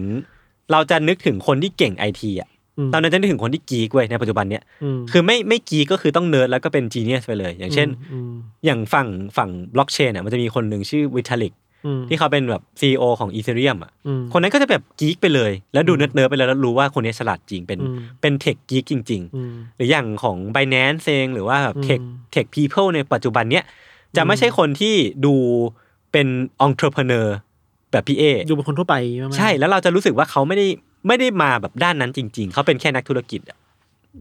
[SPEAKER 2] เราจะนึกถึงคนที่เก่งไอทีอ่ะ
[SPEAKER 3] อืม
[SPEAKER 2] ตอนนั้นจะนึกถึงคนที่กีกเว้ยในปัจจุบันเนี้ย
[SPEAKER 3] ม
[SPEAKER 2] คือไม่ไม่กีกก็คือต้องเนิร์ดแล้วก็เป็นจีเนียสไปเลย อย่างเช่น
[SPEAKER 3] อืม
[SPEAKER 2] อย่างฝั่งฝั่งบล็อกเชนอ่ะมันจะมีคนหนึ่งชื่อวิทาลิก
[SPEAKER 3] อืม
[SPEAKER 2] ที่เขาเป็นแบบซีอของอีเ h เรียมอ่ะ
[SPEAKER 3] อืม
[SPEAKER 2] คนนั้นก็จะแบบกีกไปเลย แล้วดูเนิร์ดๆไปแล้วแล้วรู้ว่าคนนี้ฉลาดจริง เป็น
[SPEAKER 3] อืม
[SPEAKER 2] เป็นเทคกีกจริง
[SPEAKER 3] อืม
[SPEAKER 2] ๆ หรืออย่างของ b บแ a น c e เองหรือว่าแบบเทค
[SPEAKER 3] อืม
[SPEAKER 2] เทคพีเพิลในปัจจุบันเนี้ยจะไม่ใช่คนที่ดูเป็นองค์ e ร r เนอร์แบบพี่เอ
[SPEAKER 3] ดูเป็นคนทั่วไปมากๆ
[SPEAKER 2] ใช่แล้วเราจะรู้สึกว่าเขาไม่ได้ไม่ได้มาแบบด้านนั้นจริง ๆ เขาเป็นแค่นักธุรกิจอะ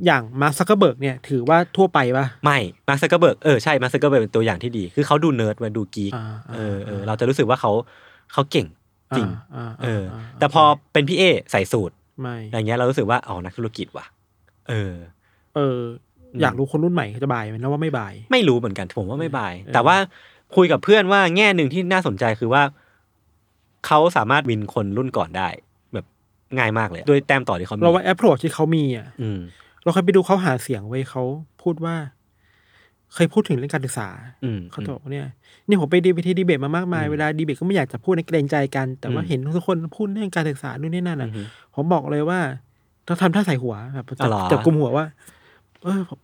[SPEAKER 3] อย่างมาร์คซักเกอร์เบิร์กเนี่ย ถือว่าทั่วไปป่ะ
[SPEAKER 2] ไม่มาร์คซักเกอร์เบิร์กเออใช่มาร์คซักเกอร์เบิร์กเป็นตัวอย่างที่ดี คือเขาดูเนิร์ดมาดูกีก
[SPEAKER 3] อ่าอ่า
[SPEAKER 2] เออเออเราจะรู้สึกว่าเขาเขาเก่งจริง
[SPEAKER 3] อ่า
[SPEAKER 2] เออ
[SPEAKER 3] าา
[SPEAKER 2] แต่พอเป็นพี่เอใส่สูตร
[SPEAKER 3] ไม่
[SPEAKER 2] อย่างเงี้ยเรารู้สึกว่าอ๋อนักธุรกิจว่ะ เออ
[SPEAKER 3] เออ อยากรู้คนรุ่นใหม่เขาจะบายไหมแล้วว่าไม่บาย
[SPEAKER 2] ไม่รู้เหมือนกันผมว่าไม่บาย แต่ว่าคุยกับเพื่อนว่าแง่หนึ่งที่น่าสนใจคือว่า เขาสามารถวินคนรุ่นก่อนได้ แบบง่ายมากเลยด้วยแต้มต่อที่เขามี
[SPEAKER 3] เราว่าแอปโรดที่เขามีอ่ะ
[SPEAKER 2] อืม
[SPEAKER 3] เราเคยไปดูเขาหาเสียงไว้ยเขาพูดว่า เคยพูดถึงเรื่องการศึกษา
[SPEAKER 2] อืม
[SPEAKER 3] เขาบอกว่าเนี่ยนี่ผมไปดีไปที่ดีเบตมามากมาย เวลาดีเบตก็ไม่อยากจะพูดในเกรงใจกัน แต่ว่า
[SPEAKER 2] อืม
[SPEAKER 3] เห็นทุกคนพูดเรื่องการศึกษานู่นนี่นั่น
[SPEAKER 2] อื
[SPEAKER 3] อ่ะ
[SPEAKER 2] ม
[SPEAKER 3] ผมบอกเลยว่าต้องทำท่าใส่หัวแบบ
[SPEAKER 2] อ๋อ
[SPEAKER 3] จั
[SPEAKER 2] บ เหรอ
[SPEAKER 3] จับกลุมหัวว่า เออผม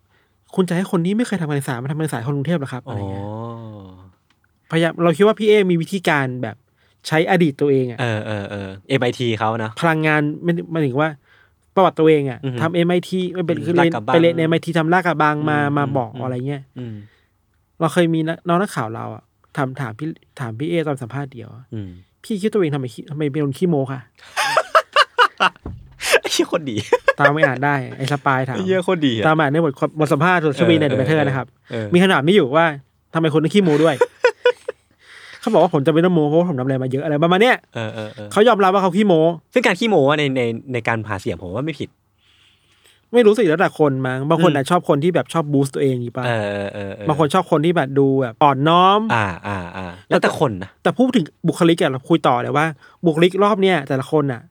[SPEAKER 3] คุณจะให้คนนี้ไม่เคยทำการศึกษามาทำการศึกษาคนกรุงเทพเหรอครับ
[SPEAKER 2] อ๋อ
[SPEAKER 3] อะไรเงี้ยพยายามเราคิดว่าพี่เอมีวิธีการแบบใช้อดีตตัวเองอ่ะ
[SPEAKER 2] เออเออเออเอ็มไอทีเขานะ
[SPEAKER 3] พลังงานมันมันถึงว่าประวัติตัวเองอ่ะ
[SPEAKER 2] อือฮึ
[SPEAKER 3] ทำเอ็มไอทีเป็นคือ
[SPEAKER 2] ลา
[SPEAKER 3] เรี
[SPEAKER 2] ด
[SPEAKER 3] ยน
[SPEAKER 2] กระบัง
[SPEAKER 3] ไปเรียนเอ็มไอทีทำลากกระบังมา
[SPEAKER 2] อืม
[SPEAKER 3] มา
[SPEAKER 2] อืม
[SPEAKER 3] บอก
[SPEAKER 2] อืม
[SPEAKER 3] อะไรเงี้ย
[SPEAKER 2] อืม
[SPEAKER 3] เราเคยมีนักน้องนักข่าวเราอะถามถามพี่ถามพี่เอตอนสัมภาษณ์เดียวอะ
[SPEAKER 2] อืม
[SPEAKER 3] พี่คิดตัวเองทำไมขี้ทำไมเป็นคนขี้โมค่ะ
[SPEAKER 2] เหี้ยโคนดี
[SPEAKER 3] ตามไม่อ่านได้ไอ้สปายถาม
[SPEAKER 2] เหี้ยโคนดีอะ
[SPEAKER 3] ตามอ่านในบทบทสัมภาษณ์สุดชวีในเดอะแมทเทอร์นะครับ
[SPEAKER 2] เออ
[SPEAKER 3] มีขนาดไม่อยู่ว่าทำไมคนต้องขี้โม ด้วย เขาบอกว่าผมจะเป็นต้องโมเพราะว่าผมทำอะไรมาเยอะอะไรประมาณเนี้ย
[SPEAKER 2] เออเออเออ
[SPEAKER 3] เขายอมรับว่าเขาขี้โม
[SPEAKER 2] ซึ่งการขี้โม้ในในในการหาเสียงผมว่าไม่ผิด
[SPEAKER 3] ไม่รู้สิแล้วแต่คนมั้งบางคน
[SPEAKER 2] อืม
[SPEAKER 3] อาจชอบคนที่แบบชอบบูสต์ตัวเองอยู่ป่ะ
[SPEAKER 2] เออเออเออเออบ
[SPEAKER 3] างคนชอบคนที่แบบดูแบบอ่อนน้อม
[SPEAKER 2] อ่าอ่าอ่าแล้วแต่คนนะ
[SPEAKER 3] แต่พูดถึงบุคลิกอะเราคุยต่อเลยว่า บุคลิกรอบเนี้ยแต่ละคนอะ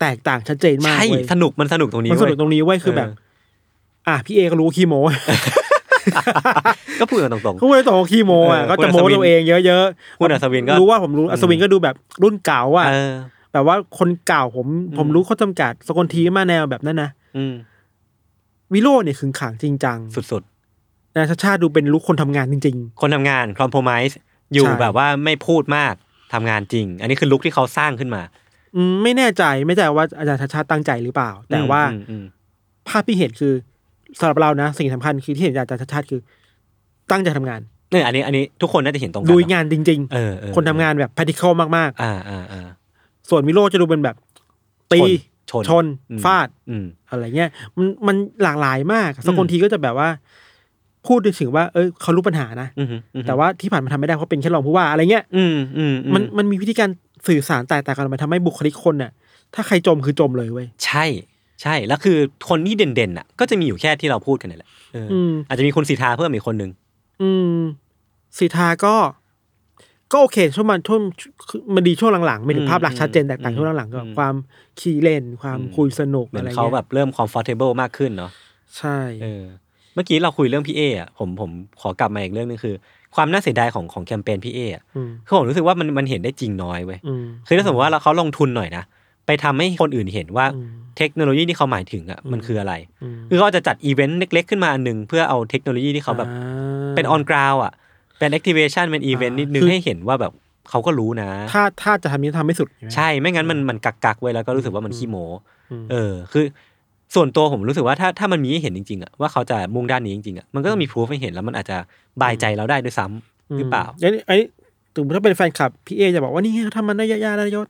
[SPEAKER 3] แตกต่างชัดเจนมาก
[SPEAKER 2] ใช่
[SPEAKER 3] เว้ย
[SPEAKER 2] สนุกมันสนุกตรงนี้
[SPEAKER 3] มันส
[SPEAKER 2] เว้
[SPEAKER 3] นุ
[SPEAKER 2] ย
[SPEAKER 3] กตรงนี้เว้ยคือแบบ
[SPEAKER 2] เออ
[SPEAKER 3] อ่ะพี่เอก็รู้ขี้โม
[SPEAKER 2] ก็พูดกันตรง
[SPEAKER 3] เขาเลยต่อขี้โมอ่ะ
[SPEAKER 2] เออ
[SPEAKER 3] ก็จะโม
[SPEAKER 2] คุณอัศวิน
[SPEAKER 3] ตัวเองเยอะๆ
[SPEAKER 2] คุณอัศวินก็
[SPEAKER 3] รู้ว่าผมรู้อัศวินก็ดูแบบรุ่นเก่า
[SPEAKER 2] ๆ
[SPEAKER 3] อ่ะ
[SPEAKER 2] เออ
[SPEAKER 3] แบบว่าคนเก่าผมผม
[SPEAKER 2] อืม
[SPEAKER 3] รู้ข้อจำกัดสกลทีมาแนวแบบนั้นนะ
[SPEAKER 2] อืม
[SPEAKER 3] วิโรจน์เนี่ยขึงขังจริงจัง
[SPEAKER 2] สุด
[SPEAKER 3] นายชาติชาติดูเป็นลุคคนทำงานจริง
[SPEAKER 2] ๆ คนทำงานคอมโพมิสอยู่
[SPEAKER 3] ใช่
[SPEAKER 2] แบบว่าไม่พูดมากทำงานจริง อันนี้คือลุคที่เขาสร้างขึ้นมา
[SPEAKER 3] ๆอืมไม่แน่ใจไม่แน่ใจว่าอาจารย์ชาติชาติตั้งใจหรือเปล่า แต่ว่า
[SPEAKER 2] อืมอืม
[SPEAKER 3] ภาพที่เห็นคือสำหรับเรานะ สิ่งสำคัญคือที่เห็นจากอาจารย์ชาติชาติคือ ตั้งใจทำงาน
[SPEAKER 2] เนี่ยอันนี้อันนี้ทุกคนน่าจะเห็นตรงกัน
[SPEAKER 3] ดู
[SPEAKER 2] เนอะ
[SPEAKER 3] งานจริง
[SPEAKER 2] เออเออ
[SPEAKER 3] ๆ คนทำงานแบบ practical มาก
[SPEAKER 2] อ่าอ่าอ่า
[SPEAKER 3] ๆ ส่วนวิโรจน์จะดูเป็นแบบ ตี
[SPEAKER 2] ชนชน
[SPEAKER 3] ชน
[SPEAKER 2] อืม
[SPEAKER 3] ฟาด
[SPEAKER 2] อืม
[SPEAKER 3] อะไรเงี้ยมันมันหลากหลายมากสก
[SPEAKER 2] อื
[SPEAKER 3] ล
[SPEAKER 2] ม
[SPEAKER 3] ทีก็จะแบบว่า พูดถึงว่า เอ้ยเขารู้ปัญหานะ
[SPEAKER 2] อืมอืมอืม
[SPEAKER 3] แต่ว่าที่ผ่านมาทำไม่ได้เพราะเป็นแค่รองผู้ว่าอะไรเงี้ย
[SPEAKER 2] อืมอืมอื
[SPEAKER 3] มันมันมีวิธีการสื่อสารแตกต่างกันออกไปทำให้บุคลิกคนน่ะ ถ้าใครจมคือจมเลยเว้ย
[SPEAKER 2] ใช่ ใช่แล้วคือคนที่เด่นๆอ่ะ ก็จะมีอยู่แค่ที่เราพูดกันนี่แหละเอออ
[SPEAKER 3] อืม
[SPEAKER 2] อาจจะมีคุณสีทธาเพิ่มอีกคนนึง
[SPEAKER 3] อืมสิทธาก็ ก็โอเคช่วงมันช่วงมันดีช่วงหลังๆไม่ถึ
[SPEAKER 2] อื
[SPEAKER 3] ง
[SPEAKER 2] ม
[SPEAKER 3] ภาพลักษณ์ชัดเจนแตกต่าง
[SPEAKER 2] อืม
[SPEAKER 3] ช่วงหลังๆก็
[SPEAKER 2] อืม
[SPEAKER 3] ความขี้เล่น ความ
[SPEAKER 2] อืม
[SPEAKER 3] คุยสนุก
[SPEAKER 2] เหมือน
[SPEAKER 3] อะไรเงี้ย
[SPEAKER 2] เขาแบบเริ่ม comfortable มากขึ้นเนาะ
[SPEAKER 3] ใช่
[SPEAKER 2] เออเมื่อกี้เราคุยเรื่องพี่เออ่ะผมผมขอกลับมาอีกเรื่องนึงคือ ความน่าเสียดายของของแคมเปญพี่เออ่ะ
[SPEAKER 3] ม
[SPEAKER 2] คือผมรู้สึกว่ามันมันเห็นได้จริงน้อยเว้ย
[SPEAKER 3] อืม
[SPEAKER 2] คือถ้าสมมติว่าเราเขาลงทุนหน่อยนะ ไปทำให้คนอื่นเห็นว่า
[SPEAKER 3] อืม
[SPEAKER 2] เทคโนโลยีที่เขาหมายถึงอ่ะมันคืออะไร
[SPEAKER 3] อืม
[SPEAKER 2] คือเขาจะจัดอีเวนต์เล็ก ๆ ขึ้นมาอันหนึ่งเพื่อเอาเทคโนโลยีที่เขาแบบ
[SPEAKER 3] อ่
[SPEAKER 2] เป็นออนกราวอ่ะ เป็นแอคทิเวชันเป็นอีเวนต์นิดนึง
[SPEAKER 3] คือ
[SPEAKER 2] ให้เห็นว่าแบบเขาก็รู้นะ
[SPEAKER 3] ถ้าถ้าจะทำนี้ทำไม่สุดไหม
[SPEAKER 2] ใช่ไม่งั้นมันมันกักกักๆไว้แล้วก็รู้สึกว่ามันขี้โม
[SPEAKER 3] อืม
[SPEAKER 2] เออ คือ ส่วนตัวผมรู้สึกว่าถ้าถ้ามันมีให้เห็นจริงๆอะว่าเขาจะมุ่งด้านนี้จริงๆอะมันก็ต้องมีพรูฟให้เห็นแล้วมันอาจจะบายใจเราได้ด้วยซ้ำหรือเปล่า
[SPEAKER 3] มนนี้อันนี้ถึงถ้าเป็นแฟนคลับพี่เอจะบอกว่านี่ไงทำมันได้ยาๆแล้วยศ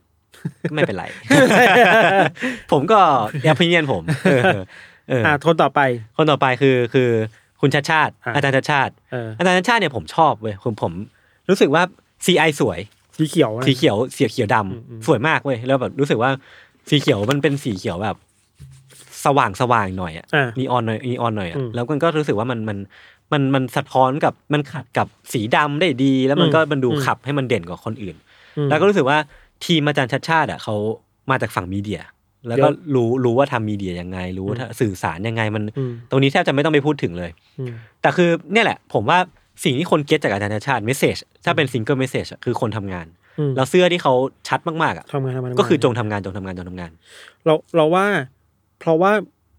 [SPEAKER 2] ก็ไม่เป็น ไร ผมก็แอ p พิเนียนผมเออเออ
[SPEAKER 3] อ่าคนต่อไป
[SPEAKER 2] คนต่อไปคือคือคุณชาติชาติ
[SPEAKER 3] อ่ะ
[SPEAKER 2] อาจารย์ชาติชาติ
[SPEAKER 3] เออ
[SPEAKER 2] อาจารย์ชาติชาติเนี่ยผมชอบเว้ยผมผมรู้สึกว่า CI สวย
[SPEAKER 3] สีเขียวนะ
[SPEAKER 2] สีเขียวเสียเขียวดำ
[SPEAKER 3] อืมอืม
[SPEAKER 2] สวยมากเว้ยแล้วแบบรู้สึกว่าสีเขียวมันเป็นสีเขียวแบบ สว่างสว่างหน่อยอะ
[SPEAKER 3] อ่า
[SPEAKER 2] นีออนหน่อยนีออนหน่อยอะ
[SPEAKER 3] อืม
[SPEAKER 2] แล้วมันก็รู้สึกว่ามันมันมันมันสะท้อนกับมันขัดกับสีดำได้ดี แล้วมัน
[SPEAKER 3] อืม
[SPEAKER 2] ก็มันดู
[SPEAKER 3] อืม
[SPEAKER 2] ขับให้มันเด่นกว่าคนอื่น
[SPEAKER 3] อืม
[SPEAKER 2] แล้วก็รู้สึกว่าทีมอาจารย์ชัดชาติอะเขามาจากฝั่งมีเดีย แล้วก็
[SPEAKER 3] เยอะ
[SPEAKER 2] รู้รู้ว่าทำมีเดียยังไง รู้ว่า
[SPEAKER 3] อืม
[SPEAKER 2] สื่อสารยังไงมัน
[SPEAKER 3] อืม
[SPEAKER 2] ตรงนี้แทบจะไม่ต้องไปพูดถึงเลย
[SPEAKER 3] อืม
[SPEAKER 2] แต่คือเนี่ยแหละ ผมว่าสิ่งที่คนเก็ตจากอาจารย์ชัดชาติเมสเซจถ้าเป็นซิงเกิลเมสเซจคือคนทำงาน
[SPEAKER 3] อืม
[SPEAKER 2] แล้วเสื้อที่เขาชัดมากๆอะ
[SPEAKER 3] ทำงานทำงาน
[SPEAKER 2] ก็คือจงทำงานจงทำงานจงทำงาน
[SPEAKER 3] เราเราว่า เพราะว่า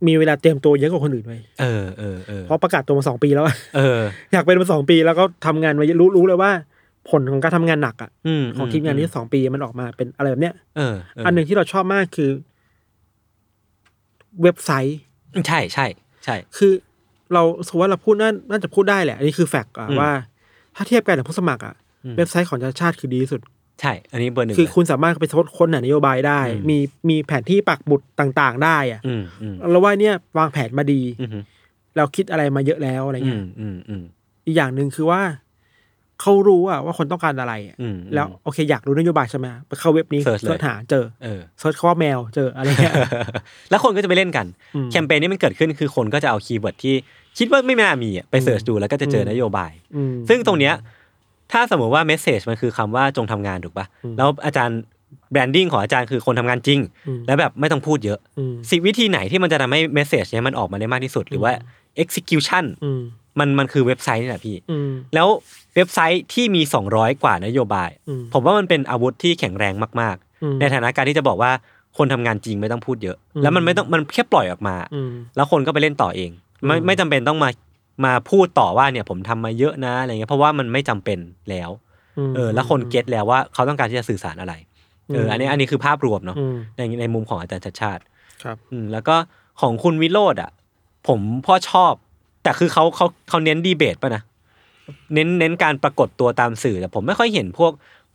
[SPEAKER 3] มีเวลาเตรียมตัวเยอะกว่าคนอื่นไป
[SPEAKER 2] เออเออเออ
[SPEAKER 3] เพราะประกาศ ตัวมาสองปีแล้ว
[SPEAKER 2] เออ
[SPEAKER 3] อยากเป็นมาสองปีแล้วก็ทำงานมาเยอะรู้รู้เลยว่า ผลของการทำงานหนักอ่ะ
[SPEAKER 2] อืม
[SPEAKER 3] ของทีมงานนี้สองปีมันออกมาเป็นอะไรแบบเนี้ย
[SPEAKER 2] เออเออ
[SPEAKER 3] อันหนึ่งที่เราชอบมากคือ เว็บไซต์
[SPEAKER 2] ใช่ใช่ใช่
[SPEAKER 3] คือเราสมมติว่าเราพูดน่าน่าจะพูดได้แหละ อันนี้คือแฟกต์อะ
[SPEAKER 2] อืม
[SPEAKER 3] ว่า ถ้าเทียบกันกับผู้สมัครอะ
[SPEAKER 2] อืม
[SPEAKER 3] เว็บไซต์ของชาติชาติคือดีที่สุด
[SPEAKER 2] ใช่ อันนี้เบอร์หนึ่ง
[SPEAKER 3] คือ
[SPEAKER 2] นะ
[SPEAKER 3] คุณสามารถไปทดค้นหานโยบายได้
[SPEAKER 2] อืม
[SPEAKER 3] มีมีแผนที่ปักบุตรต่างๆ ได้อะ
[SPEAKER 2] อืมอืม
[SPEAKER 3] เราว่าเนี่ยวางแผนมาดี
[SPEAKER 2] อืมอืม
[SPEAKER 3] เราคิดอะไรมาเยอะแล้วอะไร
[SPEAKER 2] อื
[SPEAKER 3] เงี้ย
[SPEAKER 2] มอืมอืม
[SPEAKER 3] อีกอย่างหนึ่งคือว่าเขารู้อะว่าคนต้องการอะไรอะ
[SPEAKER 2] อืม
[SPEAKER 3] แล้วโอเคอยากรู้นโยบายใช่ไหมไปเข้าเว็บนี้
[SPEAKER 2] เสิร์ชเลย
[SPEAKER 3] เสิร์ชหาเจอ
[SPEAKER 2] เออ
[SPEAKER 3] เสิร์ชคำว่าแมวเจออะไร เงี้ย
[SPEAKER 2] แล้วคนก็จะไปเล่นกัน
[SPEAKER 3] อืม
[SPEAKER 2] แคมเปญนี้มันเกิดขึ้นคือคนก็จะเอาคีย์เวิร์ดที่คิดว่าไม่น่ามีอะไปเสิร์ชดูแล้วก็จะเจออ
[SPEAKER 3] ม
[SPEAKER 2] นโยบาย
[SPEAKER 3] อืม
[SPEAKER 2] ซึ่งตรงเนี้ย ถ้าสมมติว่าเมสเซจมันคือคำว่าจงทำงานถูกป่ะ
[SPEAKER 3] อืม
[SPEAKER 2] แล้วอาจารย์แบรนดิ้งของอาจารย์คือคนทำงานจริง
[SPEAKER 3] อืม
[SPEAKER 2] และแบบไม่ต้องพูดเยอะ
[SPEAKER 3] อืม
[SPEAKER 2] สิวิธีไหนที่มันจะทำให้เมสเซจเนี้ยมันออกมาได้มากที่สุด หรือว่า
[SPEAKER 3] อื
[SPEAKER 2] execution
[SPEAKER 3] อืม
[SPEAKER 2] มันมันคือเว็บไซต์นี่แหละพี่
[SPEAKER 3] อืม
[SPEAKER 2] แล้วเว็บไซต์ที่มี 200 กว่านโยบาย
[SPEAKER 3] อืม
[SPEAKER 2] ผมว่ามันเป็นอาวุธที่แข็งแรงมาก
[SPEAKER 3] อืม
[SPEAKER 2] ๆ ในฐานะการที่จะบอกว่าคนทำงานจริงไม่ต้องพูดเยอะ
[SPEAKER 3] อืม
[SPEAKER 2] แล้วมันไม่ต้องมันแค่ปล่อยออกมา
[SPEAKER 3] อืม
[SPEAKER 2] แล้วคนก็ไปเล่นต่อเอง ไม่
[SPEAKER 3] อืม
[SPEAKER 2] ไม่จำเป็นต้องมามาพูดต่อว่าเนี่ยผมทำมาเยอะนะอะไรเงี้ยเพราะว่ามันไม่จำเป็นแล้ว
[SPEAKER 3] ม
[SPEAKER 2] เออแล้วคนเก็ตแล้วว่าเขาต้องการที่จะสื่อสารอะไรเออ
[SPEAKER 3] ม
[SPEAKER 2] ออันนี้อันนี้คือภาพรวมเนาะ
[SPEAKER 3] อืม
[SPEAKER 2] ในในมุมของอาจารย์ชัดชาติ
[SPEAKER 3] ครับ
[SPEAKER 2] อืมแล้วก็ของคุณวิโรธอ่ะ ผมพ่อชอบ แต่คือเขาเขาเขาเน้นดีเบตป่ะนะเน้นเน้นการปรากฏตัวตามสื่อแต่ผมไม่ค่อยเห็นพวก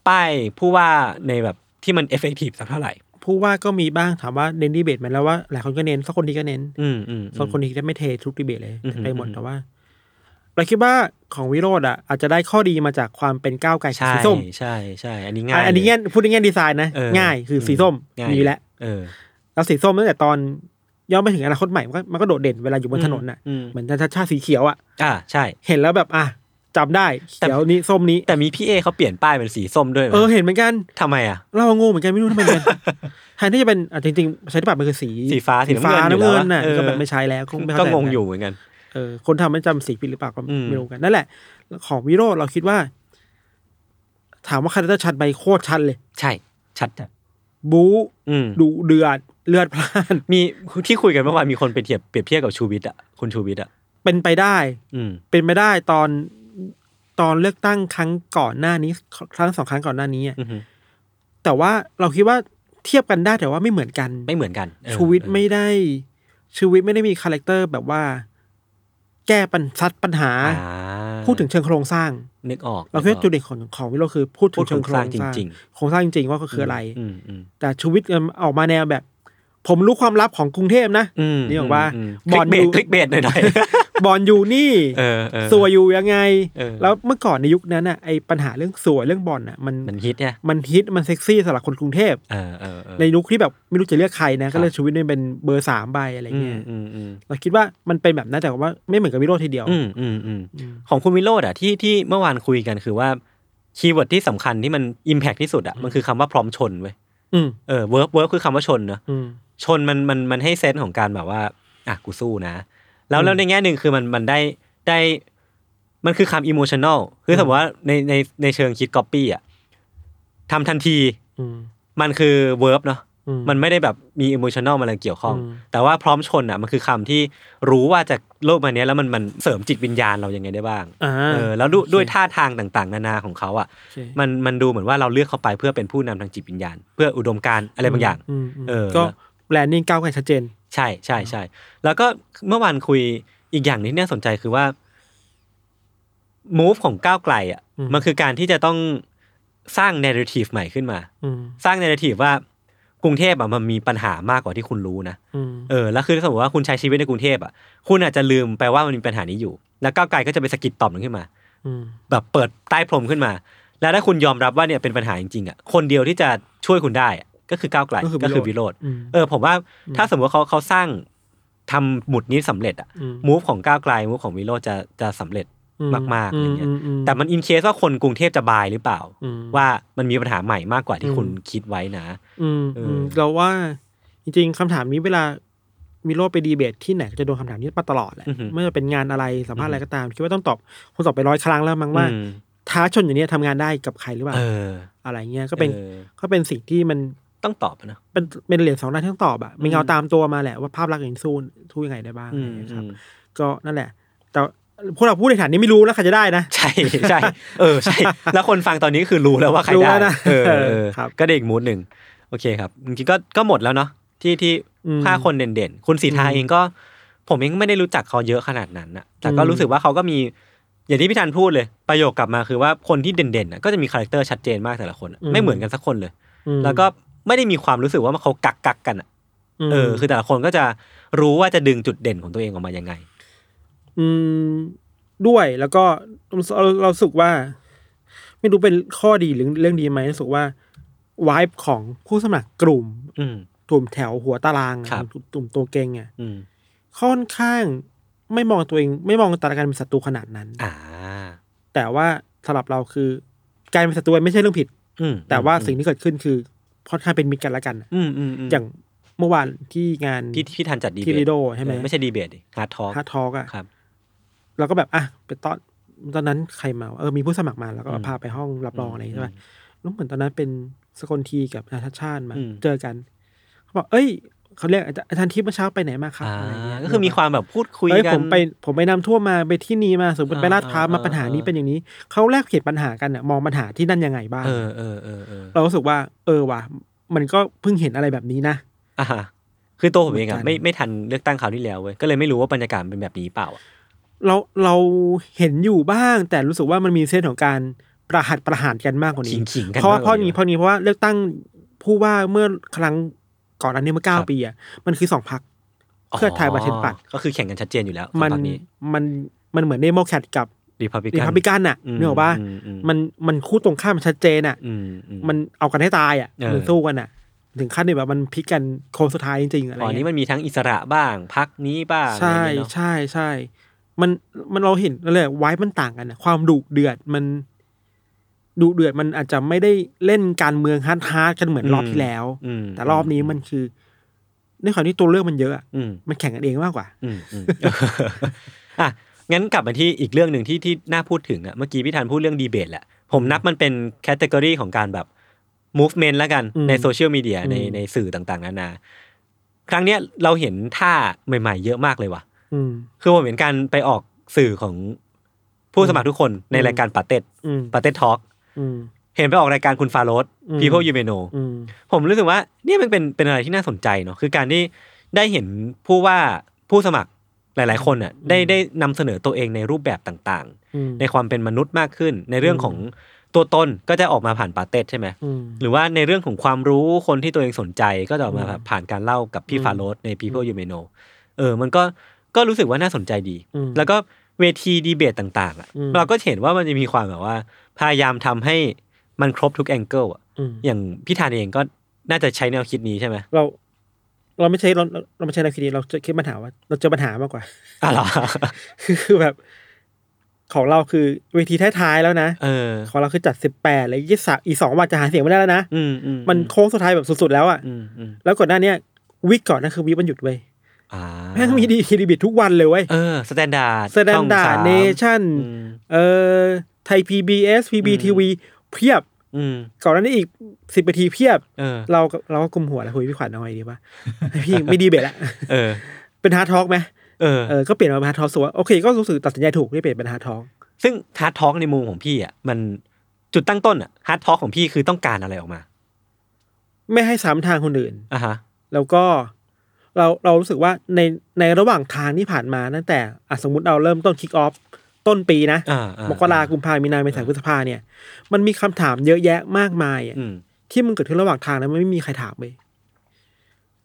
[SPEAKER 2] ป้ายผู้ว่าในแบบที่มันเอฟเฟกตีฟสักเท่าไหร่
[SPEAKER 3] ผู้ว่าก็มีบ้างถามว่าเน้นดีเบตไหมแล้วว่าหลายคนก็เน้นสักคนดีก็เน้น
[SPEAKER 2] อืมอืมอืม
[SPEAKER 3] สักคนดีก็ไม่เททุกดีเบตเลย
[SPEAKER 2] อืม
[SPEAKER 3] ไปหมด
[SPEAKER 2] อืม
[SPEAKER 3] แต่ว่าเราคิดว่าของวิโรธอ่ะอาจจะได้ข้อดีมาจากความเป็นก้าวไกลกับ
[SPEAKER 2] ใช่
[SPEAKER 3] สีส้ม
[SPEAKER 2] ใช่ใช่ อันนี้ง่า
[SPEAKER 3] อ่ะ
[SPEAKER 2] ย
[SPEAKER 3] อันนี้
[SPEAKER 2] เล
[SPEAKER 3] แง่พูดในแง่ดีไซน์นะ
[SPEAKER 2] เออ
[SPEAKER 3] ง่ายคืออ
[SPEAKER 2] ม
[SPEAKER 3] สีส้ม
[SPEAKER 2] ง่าย
[SPEAKER 3] มีแล้ว
[SPEAKER 2] เออ
[SPEAKER 3] แล้วสีส้มตั้งแต่ตอนย้อนไปถึงอนาคตใหม่มันก็มันก็โดดเด่นเวลาอยู่บนถนนน่ะ
[SPEAKER 2] อืม
[SPEAKER 3] เหมือนชาชาติสีเขียวอ่ะ
[SPEAKER 2] อ่าใช่
[SPEAKER 3] เห็นแล้วแบบอ่ะจำได้
[SPEAKER 2] แต่
[SPEAKER 3] เขียวนี้ส้มนี้
[SPEAKER 2] แต่มีพี่เอเขาเปลี่ยนป้ายเป็นสีส้มด้วยหร
[SPEAKER 3] เออเห็นเหมือนกัน
[SPEAKER 2] ทำไมอ่ะ
[SPEAKER 3] เรางงเหมือนกันไม่รู้ทำไม เหมือนกันแทนที่จะเป็นอ่ะจริงๆใช้ที่ปรับมันคือสี
[SPEAKER 2] สีฟ้าสี
[SPEAKER 3] สีฟ้า
[SPEAKER 2] น้ำ
[SPEAKER 3] น้ำ
[SPEAKER 2] เงิ
[SPEAKER 3] เงิ
[SPEAKER 2] นอยู่
[SPEAKER 3] นน่ะ
[SPEAKER 2] แล้วอะเออ
[SPEAKER 3] ก็แบบไม่ใช้แล้วก็ไม่
[SPEAKER 2] ก็
[SPEAKER 3] เข้าใจ
[SPEAKER 2] งงอยู่เหมือนกัน
[SPEAKER 3] เออคนทำมันจำสีผิดหรือเปล่าก็
[SPEAKER 2] อืม
[SPEAKER 3] ไม่รู้กันนั่นแหละ ของวิโรจน์เราคิดว่า ถามว่าคาแรคเตอร์ชัดไปโคตรชัดเลย
[SPEAKER 2] ใช่ ชัดอ่ะ
[SPEAKER 3] บู๊
[SPEAKER 2] อืม
[SPEAKER 3] ดุเดือดเลือดพล่าน
[SPEAKER 2] มีที่คุยกันเมื่อวานมีคนไปเทียบเปรียบเทียบกับชูวิทย์อ่ะคุณชูวิทย์อ่ะ
[SPEAKER 3] เป็นไปได้
[SPEAKER 2] อืม
[SPEAKER 3] เป็นไปได้ตอนตอนเลือกตั้งครั้งก่อนหน้านี้ ครั้งสองครั้งก่อนหน้านี้อะ
[SPEAKER 2] อือหือ
[SPEAKER 3] แต่ว่าเราคิดว่าเทียบกันได้แต่ว่าไม่เหมือนกัน
[SPEAKER 2] ไม่เหมือนกันเออ
[SPEAKER 3] ชูวิทย์ไม่ได้ชูวิทย์ไม่ได้มีคาแรคเตอร์แบบว่า แก้ปัญซัดปัญหา
[SPEAKER 2] อ่า
[SPEAKER 3] พูดถึงเชิงโครงสร้าง
[SPEAKER 2] นึกออก
[SPEAKER 3] เราคิดว่าจุดเด่นของของวิโรจน์คือพูดถึ
[SPEAKER 2] พูด
[SPEAKER 3] ง
[SPEAKER 2] ถึ
[SPEAKER 3] เชิ
[SPEAKER 2] ง
[SPEAKER 3] ง
[SPEAKER 2] โค
[SPEAKER 3] โค
[SPEAKER 2] ร
[SPEAKER 3] รง
[SPEAKER 2] ส
[SPEAKER 3] ส
[SPEAKER 2] ร้า
[SPEAKER 3] ร้าง ง
[SPEAKER 2] จริง
[SPEAKER 3] โครงสร้างจริงๆว่าก็
[SPEAKER 2] ๆ
[SPEAKER 3] คืออะไร
[SPEAKER 2] อืมอืม
[SPEAKER 3] แต่ชูวิทย์เอิ่มออกมาแนวแบบ ผมรู้ความลับของกรุงเทพนะ
[SPEAKER 2] อืม
[SPEAKER 3] นี่บอกว่า
[SPEAKER 2] บบอ
[SPEAKER 3] อ
[SPEAKER 2] ล
[SPEAKER 3] ล
[SPEAKER 2] เบ
[SPEAKER 3] ดู
[SPEAKER 2] ดคลิกเบดหน่อย
[SPEAKER 3] บอลอยู่นี่
[SPEAKER 2] ๆเออเออ
[SPEAKER 3] สวยอยู่ยังไง
[SPEAKER 2] เออ
[SPEAKER 3] แล้วเมื่อก่อนในยุคนั้นอ่ะไอปัญหาเรื่องสวยเรื่องบอลอ่ะ มัน
[SPEAKER 2] มันฮิตเนี่ย
[SPEAKER 3] มันฮิตมันเซ็กซี่สำหรับคนกรุงเทพ
[SPEAKER 2] เออเออเออ
[SPEAKER 3] ในยุคที่แบบไม่รู้จะเลือกใครนะก็เลยชูวิทย์เนี่ยเป็นเบอร์สามใบอะไร
[SPEAKER 2] อื
[SPEAKER 3] เงี้
[SPEAKER 2] ม
[SPEAKER 3] ย
[SPEAKER 2] อืมอืม
[SPEAKER 3] เราคิดว่ามันเป็นแบบนั้นแต่ว่าไม่เหมือนกับวิโรธทีเดียว
[SPEAKER 2] อืมอืมอืม
[SPEAKER 3] อืม
[SPEAKER 2] ของคุณวิโรดอ่ะที่ที่เมื่อวานคุยกันคือว่าคีย์เวิร์ดที่สำคัญที่มันอิมแพคที่สุดอ่ะมันคือคำว่าพร้อมชนเว้ย
[SPEAKER 3] อืม
[SPEAKER 2] เออเวิร์บเวิร์บคือคำว่าชนเนอะ
[SPEAKER 3] อืม
[SPEAKER 2] ชนมันมันมันให้เซนส์ของการแบบว่าอ่ะกูสู้นะ แล้ว
[SPEAKER 3] อืม
[SPEAKER 2] แล้วในแง่หนึ่งคือมันมันได้ได้มันคือคำอิโมชัน a ลคือ
[SPEAKER 3] อืม
[SPEAKER 2] สมมติว่าในในในเชิงคิดก๊อปปี้อ่ะทำทันที
[SPEAKER 3] อืม
[SPEAKER 2] มันคือเวิร์บเนาะ
[SPEAKER 3] อื
[SPEAKER 2] มันไม่ได้แบบมีอิโมชัน a ลมันอะไรเกี่ยวข้อง
[SPEAKER 3] อืม
[SPEAKER 2] แต่ว่าพร้อมชนอ่ะมันคือคำที่รู้ว่าจากโลกมาเนี้ยแล้วมันมันเสริมจิตวิญญาณเรายังไงได้บ้าง
[SPEAKER 3] อ่า
[SPEAKER 2] เออแล้วดูด้วยท่าทางต่างๆ นานาของเขาอ่ะ
[SPEAKER 3] โอเค
[SPEAKER 2] มันมันดูเหมือนว่าเราเลือกเขาไปเพื่อเป็นผู้นำทางจิตวิญญาณ เพื่ออุดมการณ์อะไรบางอย่าง
[SPEAKER 3] มม
[SPEAKER 2] เออ
[SPEAKER 3] ก็แบรนด์นิ่งก้าวไกลชัดเจน
[SPEAKER 2] ใช่ใช่ใช่แล้วก็เมื่อวานคุยอีกอย่างหนึงที่น่าสนใจคือว่า move ของก้าวไกลอ่ะ
[SPEAKER 3] อืม
[SPEAKER 2] มันคือการที่จะต้องสร้าง narrative ใหม่ขึ้นมา
[SPEAKER 3] อืม
[SPEAKER 2] สร้าง narrative ว่ากรุงเทพอ่ะมันมีปัญหามากกว่าที่คุณรู้นะ
[SPEAKER 3] อืม
[SPEAKER 2] เออแล้วคือสมมติว่าคุณใช้ชีวิตในกรุงเทพอ่ะคุณอาจจะลืมไปว่ามันมีปัญหานี้อยู่ แล้วก้าวไกลก็จะไปสะกิดต่อมมันขึ้นมา
[SPEAKER 3] อืม
[SPEAKER 2] แบบเปิดใต้พรมขึ้นมา แล้วถ้าคุณยอมรับว่าเนี่ยเป็นปัญหาจริงๆอ่ะคนเดียวที่จะช่วยคุณได้อะก็คือก้าวไกลก็คือวิโรจน์
[SPEAKER 3] อืม
[SPEAKER 2] เออผมว่าถ้าสมมติว่าเขาเขาสร้างทำหมุดนี้สำเร็จอะ
[SPEAKER 3] อืม
[SPEAKER 2] มูฟของก้าวไกลมูฟของวิโรจน์จะจะสำเร็จ มากๆอะไรเงี้ย แต่มันอินเคสว่าคนกรุงเทพจะบายหรือเปล่า
[SPEAKER 3] อืม
[SPEAKER 2] ว่ามันมีปัญหาใหม่มากกว่าที่
[SPEAKER 3] อืม
[SPEAKER 2] คุณคิดไว้นะ
[SPEAKER 3] อืม
[SPEAKER 2] เอออื
[SPEAKER 3] มเราว่าจริงๆคำถามนี้เวลาวิโรจน์ไปดีเบตที่ไหนก็จะโดนคำถามนี้มาตลอดแหละไม่ว่าจะเป็นงานอะไรสัมภาษณ์อะไรก็ตามคิดว่าต้องตอบคงตอบไปร้อยครั้งแล้วมั้งว่า
[SPEAKER 2] อืม
[SPEAKER 3] ท้าชนอย่างเนี้ยทำงานได้กับใครหรือเปล่า
[SPEAKER 2] เออ
[SPEAKER 3] อะไรเงี้ยก็เป็น
[SPEAKER 2] ออ
[SPEAKER 3] ก็เป็นสิ่งที่มัน
[SPEAKER 2] ต้องตอบอะเนอะ
[SPEAKER 3] เป็นเป็นเหรียญสองด้านที่ต้องตอบอะมีเงาตามตัวมาแหละว่าภาพลักษณ์อย่างสู้ทู้ยังไงได้บ้างอะ
[SPEAKER 2] อื
[SPEAKER 3] ไร
[SPEAKER 2] ม
[SPEAKER 3] เงี้ยค
[SPEAKER 2] อื
[SPEAKER 3] รับ
[SPEAKER 2] ม
[SPEAKER 3] ก็นั่นแหละ แต่พวกเราพูดในฐานนี้ไม่รู้แล้วใครจะได้นะ
[SPEAKER 2] ใช่ใช่เออใช่ แล้วคนฟังตอนนี้คือรู้แล้วว่าใคร
[SPEAKER 3] รู้
[SPEAKER 2] ได้
[SPEAKER 3] แล้วนะ
[SPEAKER 2] เออเออเออ
[SPEAKER 3] ครับ
[SPEAKER 2] ก็เด็กมูดหนึ่งโอเคครับจริงๆก็ก็หมดแล้วเนาะที่ที่
[SPEAKER 3] อืม
[SPEAKER 2] ห้าคนเด่นๆ คุณสีทา
[SPEAKER 3] อืม
[SPEAKER 2] เองก็ ผมเองไม่ได้รู้จักเขาเยอะขนาดนั้นนะแต่ก็
[SPEAKER 3] อืม
[SPEAKER 2] รู้สึกว่าเขาก็มี อย่างที่พี่ธันพูดเลย ประโยคกลับมาคือว่าคนที่เด่นๆน่ะก็จะมีคาแรคเตอร์ชัดเจนมากแต่ละคนน่ะไม่เหมือนกันสักคนเลย
[SPEAKER 3] อืม
[SPEAKER 2] แล้วก็ไม่ได้มีความรู้สึกว่ามันเขากักกักๆกันอ่ะ
[SPEAKER 3] ม
[SPEAKER 2] เออคือแต่ละคนก็จะรู้ว่าจะดึงจุดเด่นของตัวเองออกมายังไง
[SPEAKER 3] มด้วยแล้วก็เราเรารู้สึกว่า ไม่รู้เป็นข้อดีหรือเรื่องดีไหมรู้สึกว่าวายของผู้สมัครกลุ่ม
[SPEAKER 2] อืม
[SPEAKER 3] กลุ่มแถวหัวตารางอะ
[SPEAKER 2] ครับ
[SPEAKER 3] กลุ่มตัวเก่งอ่ะ
[SPEAKER 2] อืม
[SPEAKER 3] ค่อนข้างไม่มองตัวเอง ไม่มองตารางการเป็นศัตรูขนาดนั้น
[SPEAKER 2] อ่า
[SPEAKER 3] แต่ว่าสำหรับเราคือ การเป็นศัตรูไม่ใช่เรื่องผิด
[SPEAKER 2] อืม
[SPEAKER 3] แต่ว่า
[SPEAKER 2] อืม
[SPEAKER 3] สิ่งที่เกิดขึ้นคือค่อนข้างเป็นมิตรกันละกันอะ
[SPEAKER 2] อืมอืมอืม
[SPEAKER 3] อย่างเมื่อวานที่งาน
[SPEAKER 2] ที่ที่พี่ทันจัดดีเบ
[SPEAKER 3] ที่ลิ
[SPEAKER 2] ต
[SPEAKER 3] โดใช่ไหม
[SPEAKER 2] เออไม่ใช่ดีเบตฮาร์ดทอล์ก
[SPEAKER 3] ฮาร์ทอกอะ
[SPEAKER 2] ครับ
[SPEAKER 3] เราก็แบบอ่ะไปตอนตอนนั้นใครมาวะเออมีผู้สมัครมาแล้วก็
[SPEAKER 2] อืม
[SPEAKER 3] พาไปห้องรับรองอะไรใช่ไหมแล้วเหมือนตอนนั้นเป็นสกลทีกับนาทชาติมา
[SPEAKER 2] อืม
[SPEAKER 3] เจอกันเขาบอกเอ้ยเขาเรียกอาจารย์อาจารย์ทิพย์เมื่อเช้าไปไหนมาครับ
[SPEAKER 2] อ่า
[SPEAKER 3] อะไรเงี้ย
[SPEAKER 2] ก็คือมีความแบบพูดคุย
[SPEAKER 3] เอ้ย
[SPEAKER 2] กั
[SPEAKER 3] ผ
[SPEAKER 2] น
[SPEAKER 3] มไปผมไปน้ำท่วมมาไปที่นี่มาสมมติไป
[SPEAKER 2] อ่า
[SPEAKER 3] ลาดพร้าว
[SPEAKER 2] อ่า
[SPEAKER 3] มาปัญหานี้
[SPEAKER 2] อ่า
[SPEAKER 3] เป็นอย่างนี้เขาแลกเขียนปัญหากันอะมองปัญหาที่นั่นยังไงบ้าง
[SPEAKER 2] เออเออเออเออ
[SPEAKER 3] เรารู้สึกว่า เออว่ะมันก็เพิ่งเห็นอะไรแบบนี้นะ
[SPEAKER 2] อ่าฮะคือตัวผมเองอะ
[SPEAKER 3] เหมือนกัน
[SPEAKER 2] ไม่ไม่ทันเลือกตั้งคราวที่แล้วเว้ยก็เลยไม่รู้ว่าบรรยากาศมันเป็นแบบนี้เปล่าอะ
[SPEAKER 3] เราเราเห็นอยู่บ้าง แต่รู้สึกว่ามันมีเส้นของการประหัดประหารกันมากกว่า
[SPEAKER 2] ขิ
[SPEAKER 3] นี้
[SPEAKER 2] งขิงกัน
[SPEAKER 3] เพราะว่า
[SPEAKER 2] ว่
[SPEAKER 3] เพราะนี้เพราะนี้เพราะว่าเลือกตั้ง ผู้ว่าเมื่อครั้งก่อนอันนี้เมื่อเก้า
[SPEAKER 2] ครับ
[SPEAKER 3] ปีอ่ะมันคือสองพัก เพื่อไทยประชาธิปัตย์
[SPEAKER 2] ก็คือแข่งกันชัดเจนอยู่แล้วสอง
[SPEAKER 3] มัน
[SPEAKER 2] พรรคนี้
[SPEAKER 3] มันมันเหมือนเดโมแครตกับ
[SPEAKER 2] รีพับลิ
[SPEAKER 3] รี
[SPEAKER 2] กัน
[SPEAKER 3] พับลิกันอ่ะ
[SPEAKER 2] อืม
[SPEAKER 3] เนกออกป่ะ
[SPEAKER 2] อืมอืม
[SPEAKER 3] มันมันคู่ตรงข้ามมันชัดเจนอ่ะ
[SPEAKER 2] อืมอืม
[SPEAKER 3] มันเอากันให้ตายอ่ะ
[SPEAKER 2] เออ
[SPEAKER 3] มันสู้กันอ่ะ ถึงขั้นเนี่ยแบบมันพลิกกันโค้งสุดท้ายจริงๆอะไร
[SPEAKER 2] อ๋อ
[SPEAKER 3] เงี้
[SPEAKER 2] นี้
[SPEAKER 3] ย
[SPEAKER 2] มันมีทั้งอิสระบ้างพักนี้บ้าง
[SPEAKER 3] ใช่
[SPEAKER 2] อะไรอย่างเงี้ยเนอะ
[SPEAKER 3] ใช่ใช่ มันมันเราเห็นนั่นแหละไว้มันต่างกันอ่ะ ความดุเดือดมันดุเดือดมันอาจจะไม่ได้เล่นการเมืองฮาร์ดฮาร์ดกันเหมือนรอบที่แล้ว
[SPEAKER 2] อืม
[SPEAKER 3] แต่รอบนี้มันคือในความที่ตัวเลือกมันเยอะอะ
[SPEAKER 2] อืม
[SPEAKER 3] มันแข่งกันเองมากกว่า
[SPEAKER 2] อืมอืม อ่ะงั้นกลับมาที่อีกเรื่องหนึ่งที่ที่น่าพูดถึงอะเมื่อกี้พี่ธันพูดเรื่องดีเบตแหละ ผมนับมันเป็นแคตตากรีของการแบบ movement แล้วกัน
[SPEAKER 3] อืม
[SPEAKER 2] ในโซเชียลมีเดียใน
[SPEAKER 3] อืม
[SPEAKER 2] ในสื่อต่างๆ นานา ครั้งเนี้ยเราเห็นท่าใหม่ๆ เยอะมากเลยว่ะ
[SPEAKER 3] อืม
[SPEAKER 2] คือผมเห็นการไปออกสื่อของผู้สมัครทุกคนใน
[SPEAKER 3] อืม
[SPEAKER 2] รายการปาเต็ด
[SPEAKER 3] อืม
[SPEAKER 2] ปาเต็ดทอล์ก
[SPEAKER 3] อืม
[SPEAKER 2] เห็นไปออกรายการคุณฟาโรส
[SPEAKER 3] อืม
[SPEAKER 2] people you may know
[SPEAKER 3] อืม
[SPEAKER 2] ผมรู้สึกว่าเนี่ยมันเป็นเป็นอะไรที่น่าสนใจเนาะคือการที่ได้เห็นผู้ว่าผู้สมัครหลาย ๆ คนอ่ะได้ได้นำเสนอตัวเองในรูปแบบต่าง
[SPEAKER 3] อืม
[SPEAKER 2] ๆ ในความเป็นมนุษย์มากขึ้น ในเรื่อง
[SPEAKER 3] อืม
[SPEAKER 2] ของตัวตนก็จะออกมาผ่านปาเต็ดใช่ไหม
[SPEAKER 3] อืม
[SPEAKER 2] หรือว่าในเรื่องของความรู้คนที่ตัวเองสนใจก็จะออกมา
[SPEAKER 3] อืม
[SPEAKER 2] แบบผ่านการเล่ากับพี่
[SPEAKER 3] อืม
[SPEAKER 2] ฟาโรสใน People You May Know เออมันก็ก็รู้สึกว่าน่าสนใจดี
[SPEAKER 3] อืม
[SPEAKER 2] แล้วก็เวทีดีเบตต่างๆอะ
[SPEAKER 3] อืม
[SPEAKER 2] เราก็เห็นว่ามันจะมีความแบบว่า พยายามทำให้มันครบทุกแองเกิลอะ
[SPEAKER 3] อืม
[SPEAKER 2] อย่างพี่ธานเองก็น่าจะใช้แนวคิดนี้ใช่ไหม
[SPEAKER 3] เรา เราไม่ใช่เราเราไม่ใช่นักคิดดีเราจะคิดปัญหาว่า เราเจอปัญหามากกว่า
[SPEAKER 2] อ่ะเหรอ
[SPEAKER 3] คือคือแบบ ของเราคือเวทีท้ายๆแล้วนะ
[SPEAKER 2] เออ
[SPEAKER 3] ของเราคือจัดสิบแปดและยี่สอีกสองวันจะหาเสียงไม่ได้แล้วนะ
[SPEAKER 2] อืมอืม
[SPEAKER 3] มันโค้งสุดท้ายแบบสุดๆแล้วอ่ะ
[SPEAKER 2] อืมอืม
[SPEAKER 3] แล้วก่อนหน้าเนี้ยวิกก่อนนั่นคือวิกมันหยุดเว้ย
[SPEAKER 2] อ่า
[SPEAKER 3] แม่งมีดีคีดีบิททุกวันเลยเว้ย
[SPEAKER 2] เออสแตนดาร์ด
[SPEAKER 3] แสดงด่าเนชั่น
[SPEAKER 2] อืม
[SPEAKER 3] เอ่อไทย PBS
[SPEAKER 2] อืม
[SPEAKER 3] PBTV เพียบ
[SPEAKER 2] อืม
[SPEAKER 3] ก่อนหน้านี้อีกสิบนาทีเพียบ
[SPEAKER 2] เออ
[SPEAKER 3] เราก็เราก็กลุมหัวแล้วคุยพี่ขวัญเอาไงดีวะ พี่ไม่ดีเบตละ
[SPEAKER 2] เออ
[SPEAKER 3] เป็นฮาร์ททอกไหม
[SPEAKER 2] เออ
[SPEAKER 3] เออก็เปลี่ยนมาเป็นฮาร์ททอกส่วนโอเค ก็รู้สึกตัดสินใจถูกที่เปลี่ยนเป็นฮาร์ททอก
[SPEAKER 2] ซึ่งฮาร์ดทอ k ในมุมของพี่อ่ะมันจุดตั้งต้นอ่ะฮาร์ดทอ k ของพี่คือต้องการอะไรออกมา
[SPEAKER 3] ไม่ให้สามทางคนอื่น
[SPEAKER 2] อ่ะฮะ
[SPEAKER 3] แล้วก็เราเรารู้สึกว่าในในระหว่างทางที่ผ่านมาตั้งแต่อ่ะสมมติเราเริ่มต้นคิกออฟต้นปีนะ
[SPEAKER 2] อ่าอ่าม ม
[SPEAKER 3] กรากุมภามีนาเมษาพฤษภาเนี่ย มันมีคำถามเยอะแยะมากมายอะ
[SPEAKER 2] อืม
[SPEAKER 3] ที่มันเกิดขึ้นระหว่างทางแล้วมันไม่มีใครถามเลย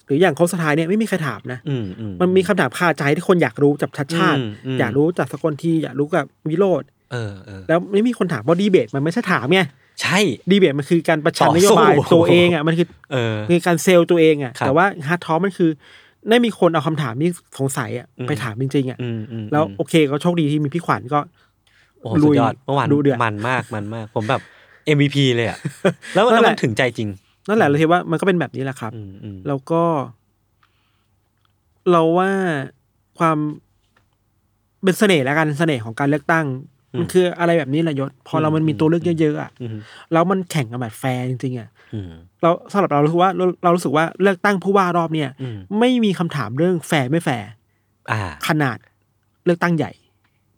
[SPEAKER 3] หรืออย่างโค้งสุดท้ายเนี่ยไม่มีใครถามนะ
[SPEAKER 2] อืมอืม
[SPEAKER 3] มันมีคำถามคาใจที่คนอยากรู้จากชัดชาติ
[SPEAKER 2] อืมอืม
[SPEAKER 3] อยากรู้จากสกลทีอยากรู้กับวิโรธ
[SPEAKER 2] เออเออ
[SPEAKER 3] แล้วไม่มีคนถามเพราะดีเบต มันไม่ใช่ถามไง
[SPEAKER 2] ใช่
[SPEAKER 3] ดีเบตมันคือการประชัน
[SPEAKER 2] ต่อสู้
[SPEAKER 3] นโยบายตัวเองอ่ะมันคือ
[SPEAKER 2] เออ
[SPEAKER 3] คือการเซลล์ตัวเองอ่ะ
[SPEAKER 2] ครับ
[SPEAKER 3] แต่ว่าฮาร์ดทอมันคือได้มีคนเอาคำถามที่สงสัยอ่ะ
[SPEAKER 2] อืม
[SPEAKER 3] ไปถามจริงๆอ่ะ
[SPEAKER 2] อืมอืม
[SPEAKER 3] แล้ว
[SPEAKER 2] อืม
[SPEAKER 3] โอเคก็โชคดีที่มีพี่ขวัญก็
[SPEAKER 2] โอ้โห
[SPEAKER 3] ลุ
[SPEAKER 2] สุด
[SPEAKER 3] ย
[SPEAKER 2] ยอดเมื่อวาน
[SPEAKER 3] ดูเดือด
[SPEAKER 2] มันมากมันมาก ผมแบบ MVP เลยอ่ะ แล้ว
[SPEAKER 3] นั่
[SPEAKER 2] แล้ว
[SPEAKER 3] นแห
[SPEAKER 2] มั
[SPEAKER 3] ละ
[SPEAKER 2] นถึงใจจริง
[SPEAKER 3] นั่นแหละเราคิดว่ามันก็เป็นแบบนี้แหละครับ
[SPEAKER 2] อืมอืม
[SPEAKER 3] แล้วก็ เราว่าความเป็นเสน่ห์และกันเสน่ห์ของการเลือกตั้ง มันคืออะไรแบบนี้แหละยศ พอเรามันมีตัวเลือกเยอะๆอ่ะ
[SPEAKER 2] อืม
[SPEAKER 3] แล้วมันแข่งกันแบบแฟร์จริงๆอ่ะ
[SPEAKER 2] อืม
[SPEAKER 3] เราสำหรับเรารู้สึกว่าเราเรารู้สึกว่าเลือกตั้งผู้ว่ารอบเนี่ย
[SPEAKER 2] อืม
[SPEAKER 3] ไม่มีคำถามเรื่องแฟร์ไม่แฟร์
[SPEAKER 2] อ่า
[SPEAKER 3] ขนาดเลือกตั้งใหญ่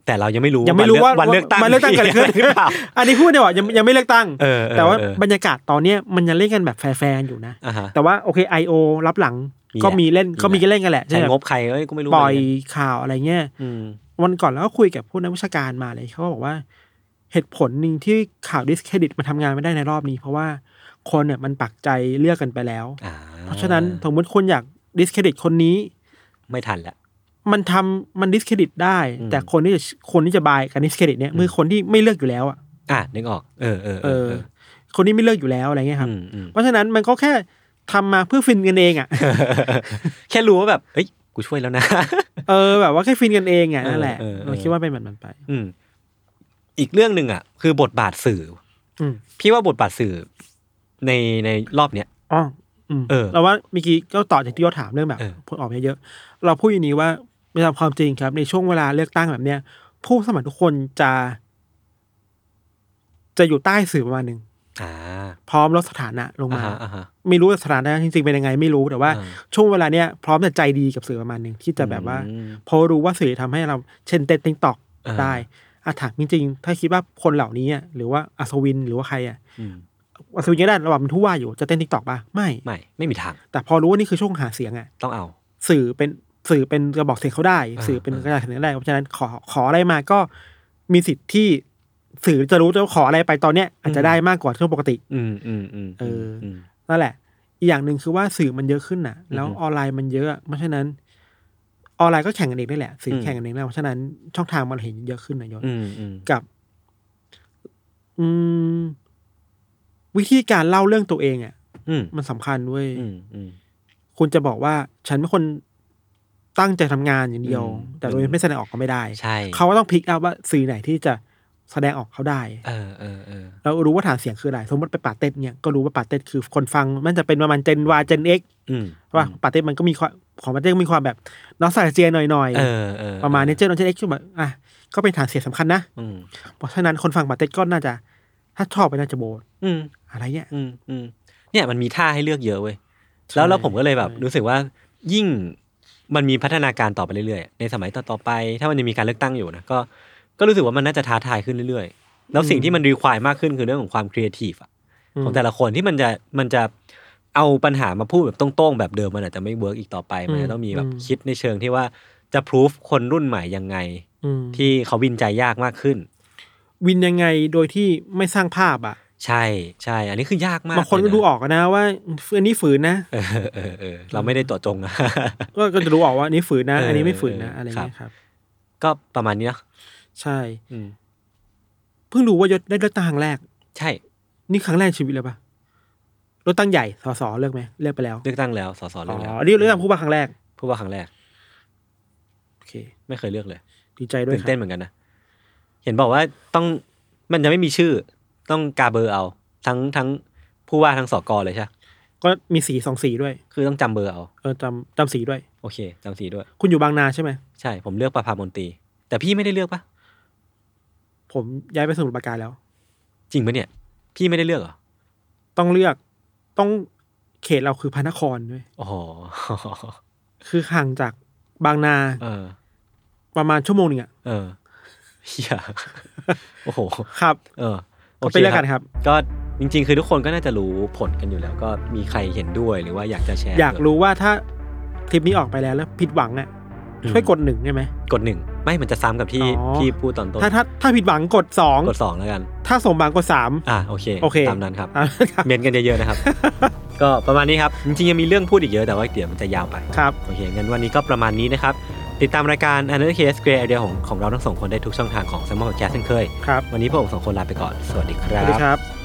[SPEAKER 2] แต่เรายังไม่รู้
[SPEAKER 3] ยังไม่รู้ว่า
[SPEAKER 2] วันเลือกตั้ง
[SPEAKER 3] วันเลือกตั้งเกิดขึ้น
[SPEAKER 2] หรือเปล่า
[SPEAKER 3] อันนี้พูดเดี๋ยวายังยังไม่เลือกตั้ง
[SPEAKER 2] เออเออ
[SPEAKER 3] แต่ว่า
[SPEAKER 2] เออ
[SPEAKER 3] บรรยากาศตอนเนี้ยมันยังเล่นกันแบบแฟร์ๆอยู่นะ
[SPEAKER 2] อ่าฮะ
[SPEAKER 3] แต่ว่าโอเค I.O. รับหลัง
[SPEAKER 2] มีแหละ
[SPEAKER 3] ก็มีเล่น
[SPEAKER 2] มีแหละ
[SPEAKER 3] ก็มีกันเล่นกันแหละ
[SPEAKER 2] ใช้
[SPEAKER 3] แบบ
[SPEAKER 2] งบใครเอ้ยก็ไม่รู้
[SPEAKER 3] ปล่อย
[SPEAKER 2] เหมืนกัน
[SPEAKER 3] ข่าวอะไรเงี้ย
[SPEAKER 2] อืม
[SPEAKER 3] วันก่อนแล้วก็คุยกับผู้นักวิชาการมาเลยเขาก็บอกว่า เหตุผลหนึ่งที่ข่าวดิสเครดิตมันทำงานไม่ได้ในรอบนี้ เพราะว่าคนเนี่ยมันปักใจเลือกกันไปแล้ว
[SPEAKER 2] อ่า
[SPEAKER 3] เพราะฉะนั้นสมมติคนอยากดิสเครดิตคนนี้
[SPEAKER 2] ไม่ทันละ
[SPEAKER 3] มันทำมันดิสเครดิตได้
[SPEAKER 2] อืม
[SPEAKER 3] แต่คนที่จะคนที่จะบายการดิสเครดิตเนี่ยมือคนที่ไม่เลือกอยู่แล้วอ่ะ
[SPEAKER 2] อ่ะนึกออก เออเออ
[SPEAKER 3] เออ คนที่ไม่เลือกอยู่แล้วอะไรเงี้ยครับ
[SPEAKER 2] อืมอืม
[SPEAKER 3] เพราะฉะนั้นมันก็แค่ทำมาเพื่อฟินกันเองอ่ะ
[SPEAKER 2] แค่รู้ว่าแบบเอ้ยกูช่วยแล้วนะ
[SPEAKER 3] เออแบบว่าแค่ฟินกันเองอ่ะ
[SPEAKER 2] เออ
[SPEAKER 3] นั่นแหละ
[SPEAKER 2] เออเออ
[SPEAKER 3] เราคิดว่าเป็นแบบนั้นไป
[SPEAKER 2] อืมอีกเรื่องหนึ่งอ่ะ คือบทบาทสื่อ
[SPEAKER 3] อืม
[SPEAKER 2] พี่ว่าบทบาทสื่อในในรอบเนี้ย
[SPEAKER 3] อ๋ออืม
[SPEAKER 2] เออ
[SPEAKER 3] เราว่าเมื่อกี้ก็ต่อจากที่ยศถามเรื่องแบบ
[SPEAKER 2] เออ
[SPEAKER 3] ผลออกเยอะๆเราพูดอย่างนี้ว่าในตามความจริงครับ ในช่วงเวลาเลือกตั้งแบบเนี้ยผู้สมัครทุกคนจะ จะอยู่ใต้สื่อประมาณหนึ่ง
[SPEAKER 2] อ่า
[SPEAKER 3] พร้อมลดสถานะลง
[SPEAKER 2] อ่า
[SPEAKER 3] มา
[SPEAKER 2] ฮะอ่าฮะ
[SPEAKER 3] ไม่รู้ว่าสถานะจริงๆเป็นยังไงไม่รู้แต่ว่า
[SPEAKER 2] อ่า
[SPEAKER 3] ช่วงเวลาเนี้ยพร้อมจะใจดีกับสื่อประมาณหนึ่งที่จะแบบว่า
[SPEAKER 2] อืม
[SPEAKER 3] พอรู้ว่าสื่อทำให้เราเช่นเต้นติ๊กตอก
[SPEAKER 2] อ่า
[SPEAKER 3] ได้อาถามจริงๆถ้าคิดว่าคนเหล่านี้อะหรือว่าอัศวินหรือว่าใครอ่ะ
[SPEAKER 2] อืม
[SPEAKER 3] อัศวินก็ได้ระหว่างเป็นผู้ว่าอยู่จะเต้นทิกตอกป่ะไม่
[SPEAKER 2] ไม่ไม่มีทาง
[SPEAKER 3] แต่พอรู้ว่านี่คือช่วงหาเสียงอ่ะ
[SPEAKER 2] ต้องเอา
[SPEAKER 3] สื่อเป็นสื่อเป็นกระบอกเสียงเขาได้
[SPEAKER 2] อ่า
[SPEAKER 3] สื่อเป็นกระดาษเสียงเขาได้เพราะฉะนั้นขอขออะไรมาก็มีสิทธิ์ที่สื่อจะรู้จะขออะไรไปตอนเนี้ยอาจจะได้มากกว่าช่วงปกติ
[SPEAKER 2] อืมอืมอืม
[SPEAKER 3] เอออื
[SPEAKER 2] ม
[SPEAKER 3] นั่นแหละ อีกอย่างหนึ่งคือว่าสื่อมันเยอะขึ้นน่ะ แล้วออนไลน์มันเยอะเพราะฉะนั้น ออนไลน์ก็แข่งกันเองได้แหละสื่ออ
[SPEAKER 2] ม
[SPEAKER 3] แข่งกันเองแล้วเพราะฉะนั้นช่องทางมันเห็นเยอะขึ้นนะยศ
[SPEAKER 2] อืมอืม
[SPEAKER 3] กับ อืม วิธีการเล่าเรื่องตัวเองอ่ะ
[SPEAKER 2] อืม
[SPEAKER 3] มันสำคัญเว้ย
[SPEAKER 2] อืมอืม
[SPEAKER 3] คุณจะบอกว่าฉันเป็นคนตั้งใจทำงานอย่างเดียว
[SPEAKER 2] อืม
[SPEAKER 3] แต่โดยไม่แสดงออกก็ไม่ได้
[SPEAKER 2] ใช่
[SPEAKER 3] เขาก็ต้องพิกเอาว่าสื่อไหนที่จะแสดงออกเขาได้
[SPEAKER 2] เออเออเออ
[SPEAKER 3] เรารู้ว่าฐานเสียงคืออะไรสมมติไปปาเต็ดเนี่ยก็รู้ว่าปาเต็ดคือคนฟังมันจะเป็นประมาณเจนวาเจนเอ็ก
[SPEAKER 2] อืม
[SPEAKER 3] ว่าปาเต็ดมันก็มีความของปาเต็ดก็มีความแบบนอสตาเจียหน่อย
[SPEAKER 2] เออเออ
[SPEAKER 3] ๆประมาณนี้เจนวาเจนเอ็กแบบอ่ะก็เป็นฐานเสียงสำคัญนะ
[SPEAKER 2] อืม
[SPEAKER 3] เพราะฉะนั้นคนฟังปาเต็ดก็น่าจะ ถ้าชอบไปน่าจะโบน
[SPEAKER 2] อืม
[SPEAKER 3] อะไรเงี้ย
[SPEAKER 2] อืมอืมเนี่ยมันมีท่าให้เลือกเยอะเว้ย
[SPEAKER 3] ใช่
[SPEAKER 2] แล้วแล้วผมก็เลยแบบ
[SPEAKER 3] ใช่
[SPEAKER 2] รู้สึกว่ายิ่งมันมีพัฒนาการต่อไปเรื่อยๆ ในสมัยต่อๆไป ถ้ามันยังมีการเลือกตั้งอยู่นะก็ก็รู้สึกว่ามันน่าจะท้าทายขึ้นเรื่อยๆ แล้วสิ่งที่มันรีควายมากขึ้นคือเรื่องของความครีเอทีฟอะของแต่ละคนที่มันจะมันจะเอาปัญหามาพูดแบบตรงๆ แบบเดิมมันอาจจะไม่เวิร์กอีกต่อไปมันจะต้องมีแบบคิดในเชิงที่ว่าจะพิสูจคนรุ่นใหม่ยังไง
[SPEAKER 3] อืม
[SPEAKER 2] ที่เขาวินใจยากมากขึ้น
[SPEAKER 3] วินยังไงโดยที่ไม่สร้างภาพอ่ะ
[SPEAKER 2] ใช่ใช่อันนี้คือยากมาก
[SPEAKER 3] บางคน
[SPEAKER 2] เล
[SPEAKER 3] ก็
[SPEAKER 2] ยะ
[SPEAKER 3] ดูออกนะว่าอันนี้ฝืนนะ
[SPEAKER 2] เออเออเออเราไม่ได้ตัวจงนะ
[SPEAKER 3] ก็ก็จะรู้ออกว่าอันนี้ฝืนนะ
[SPEAKER 2] เอออั
[SPEAKER 3] อันนี้ไม่ฝืนนะ
[SPEAKER 2] เอออ
[SPEAKER 3] อะไรเงี้ยครับ
[SPEAKER 2] ก็ประมาณนี้เนาะ
[SPEAKER 3] ใช่ เพิ่งรู้ว่ายศได้เลือกตั้งครั้งแรก
[SPEAKER 2] ใช่
[SPEAKER 3] นี่ครั้งแรกในชีวิตเลยปะเลือกตั้งใหญ่สสเลือกไหมเลือกไปแล้ว
[SPEAKER 2] เลือกตั้งแล้วสสเลื
[SPEAKER 3] อ๋
[SPEAKER 2] อกแล้ว
[SPEAKER 3] อนี่เลือกตั้งผู้ว่าครั้งแรก
[SPEAKER 2] ผู้ว่าครั้งแรก
[SPEAKER 3] โอเค
[SPEAKER 2] ไม่เคยเลือกเลย
[SPEAKER 3] ดีใจด้วย
[SPEAKER 2] ตื่น
[SPEAKER 3] ค
[SPEAKER 2] เต้น
[SPEAKER 3] รับ
[SPEAKER 2] เหมือนกันนะเห็นบอกว่าต้องมันจะไม่มีชื่อ ต้องกาเบอร์เอา ทั้งทั้งผู้ว่าทั้งสกเลยใช่ปะ
[SPEAKER 3] ก็มีสีสองสีด้วย
[SPEAKER 2] คือต้องจำเบอร์เอา
[SPEAKER 3] เออจำจำสีด้วย
[SPEAKER 2] โอเคจำสีด้วย
[SPEAKER 3] คุณอยู่บางนาใช่ไหม
[SPEAKER 2] ใช่ ผมเลือกประภามนตรี แต่พี่ไม่ได้เลือกปะ
[SPEAKER 3] ผมย้ายไปสมุทรปราการแล้ว
[SPEAKER 2] จริงปะเนี่ย พี่ไม่ได้เลือกเหรอ
[SPEAKER 3] ต้องเลือกต้องเขตเราคือพระนครด้วย
[SPEAKER 2] อ๋อ
[SPEAKER 3] คือห่างจากบางนา
[SPEAKER 2] เออ
[SPEAKER 3] ประมาณชั่วโมงหนึ่งอะ
[SPEAKER 2] เออเฮีย โอ้โห
[SPEAKER 3] ครับ
[SPEAKER 2] เออโอ
[SPEAKER 3] ก็
[SPEAKER 2] เค
[SPEAKER 3] ไปเลือก
[SPEAKER 2] ค
[SPEAKER 3] กั
[SPEAKER 2] รับ
[SPEAKER 3] นครับ
[SPEAKER 2] ก็จริงๆ คือทุกคนก็น่าจะรู้ผลกันอยู่แล้ว ก็มีใครเห็นด้วยหรือว่าอยากจะแชร์
[SPEAKER 3] อยากรู้ว่าถ้าคลิปนี้ออกไปแล้วแล้วผิดหวังอ่ะ
[SPEAKER 2] อืม
[SPEAKER 3] ช่วยกดหนึ่งได้ไหม
[SPEAKER 2] กดหนึ่งไม่มันจะซ้ำกับที่
[SPEAKER 3] อ๋อ
[SPEAKER 2] ที่พูดตอนต้น
[SPEAKER 3] ถ้าถ้าถ้าผิดหวังกดสอง
[SPEAKER 2] กดสองแล้วกัน
[SPEAKER 3] ถ้าสมหวังกดสาม
[SPEAKER 2] อ่ะโอเค
[SPEAKER 3] โอเค
[SPEAKER 2] ตามนั้นครับ
[SPEAKER 3] อ่ะ ครับ
[SPEAKER 2] เมนกันเยอะๆ นะครับ ก็ประมาณนี้ครับ จริงๆ ยังมีเรื่องพูดอีกเยอะแต่ว่าเดี๋ยวมันจะยาวไป
[SPEAKER 3] ครับ
[SPEAKER 2] โอเคงั้นวันนี้ก็ประมาณนี้นะครับ ติดตามรายการ a n o t h e r Case Gray Idea ของของเราทั้งสองคนได้ทุกช่องทางของ s ซมมอนแคสเช่นเคย
[SPEAKER 3] ครับ
[SPEAKER 2] วันนี้พวกผมสองคนลาไปก่อนสวัสดีค
[SPEAKER 3] ส
[SPEAKER 2] รั
[SPEAKER 3] วัสดี
[SPEAKER 2] บ
[SPEAKER 3] ครับ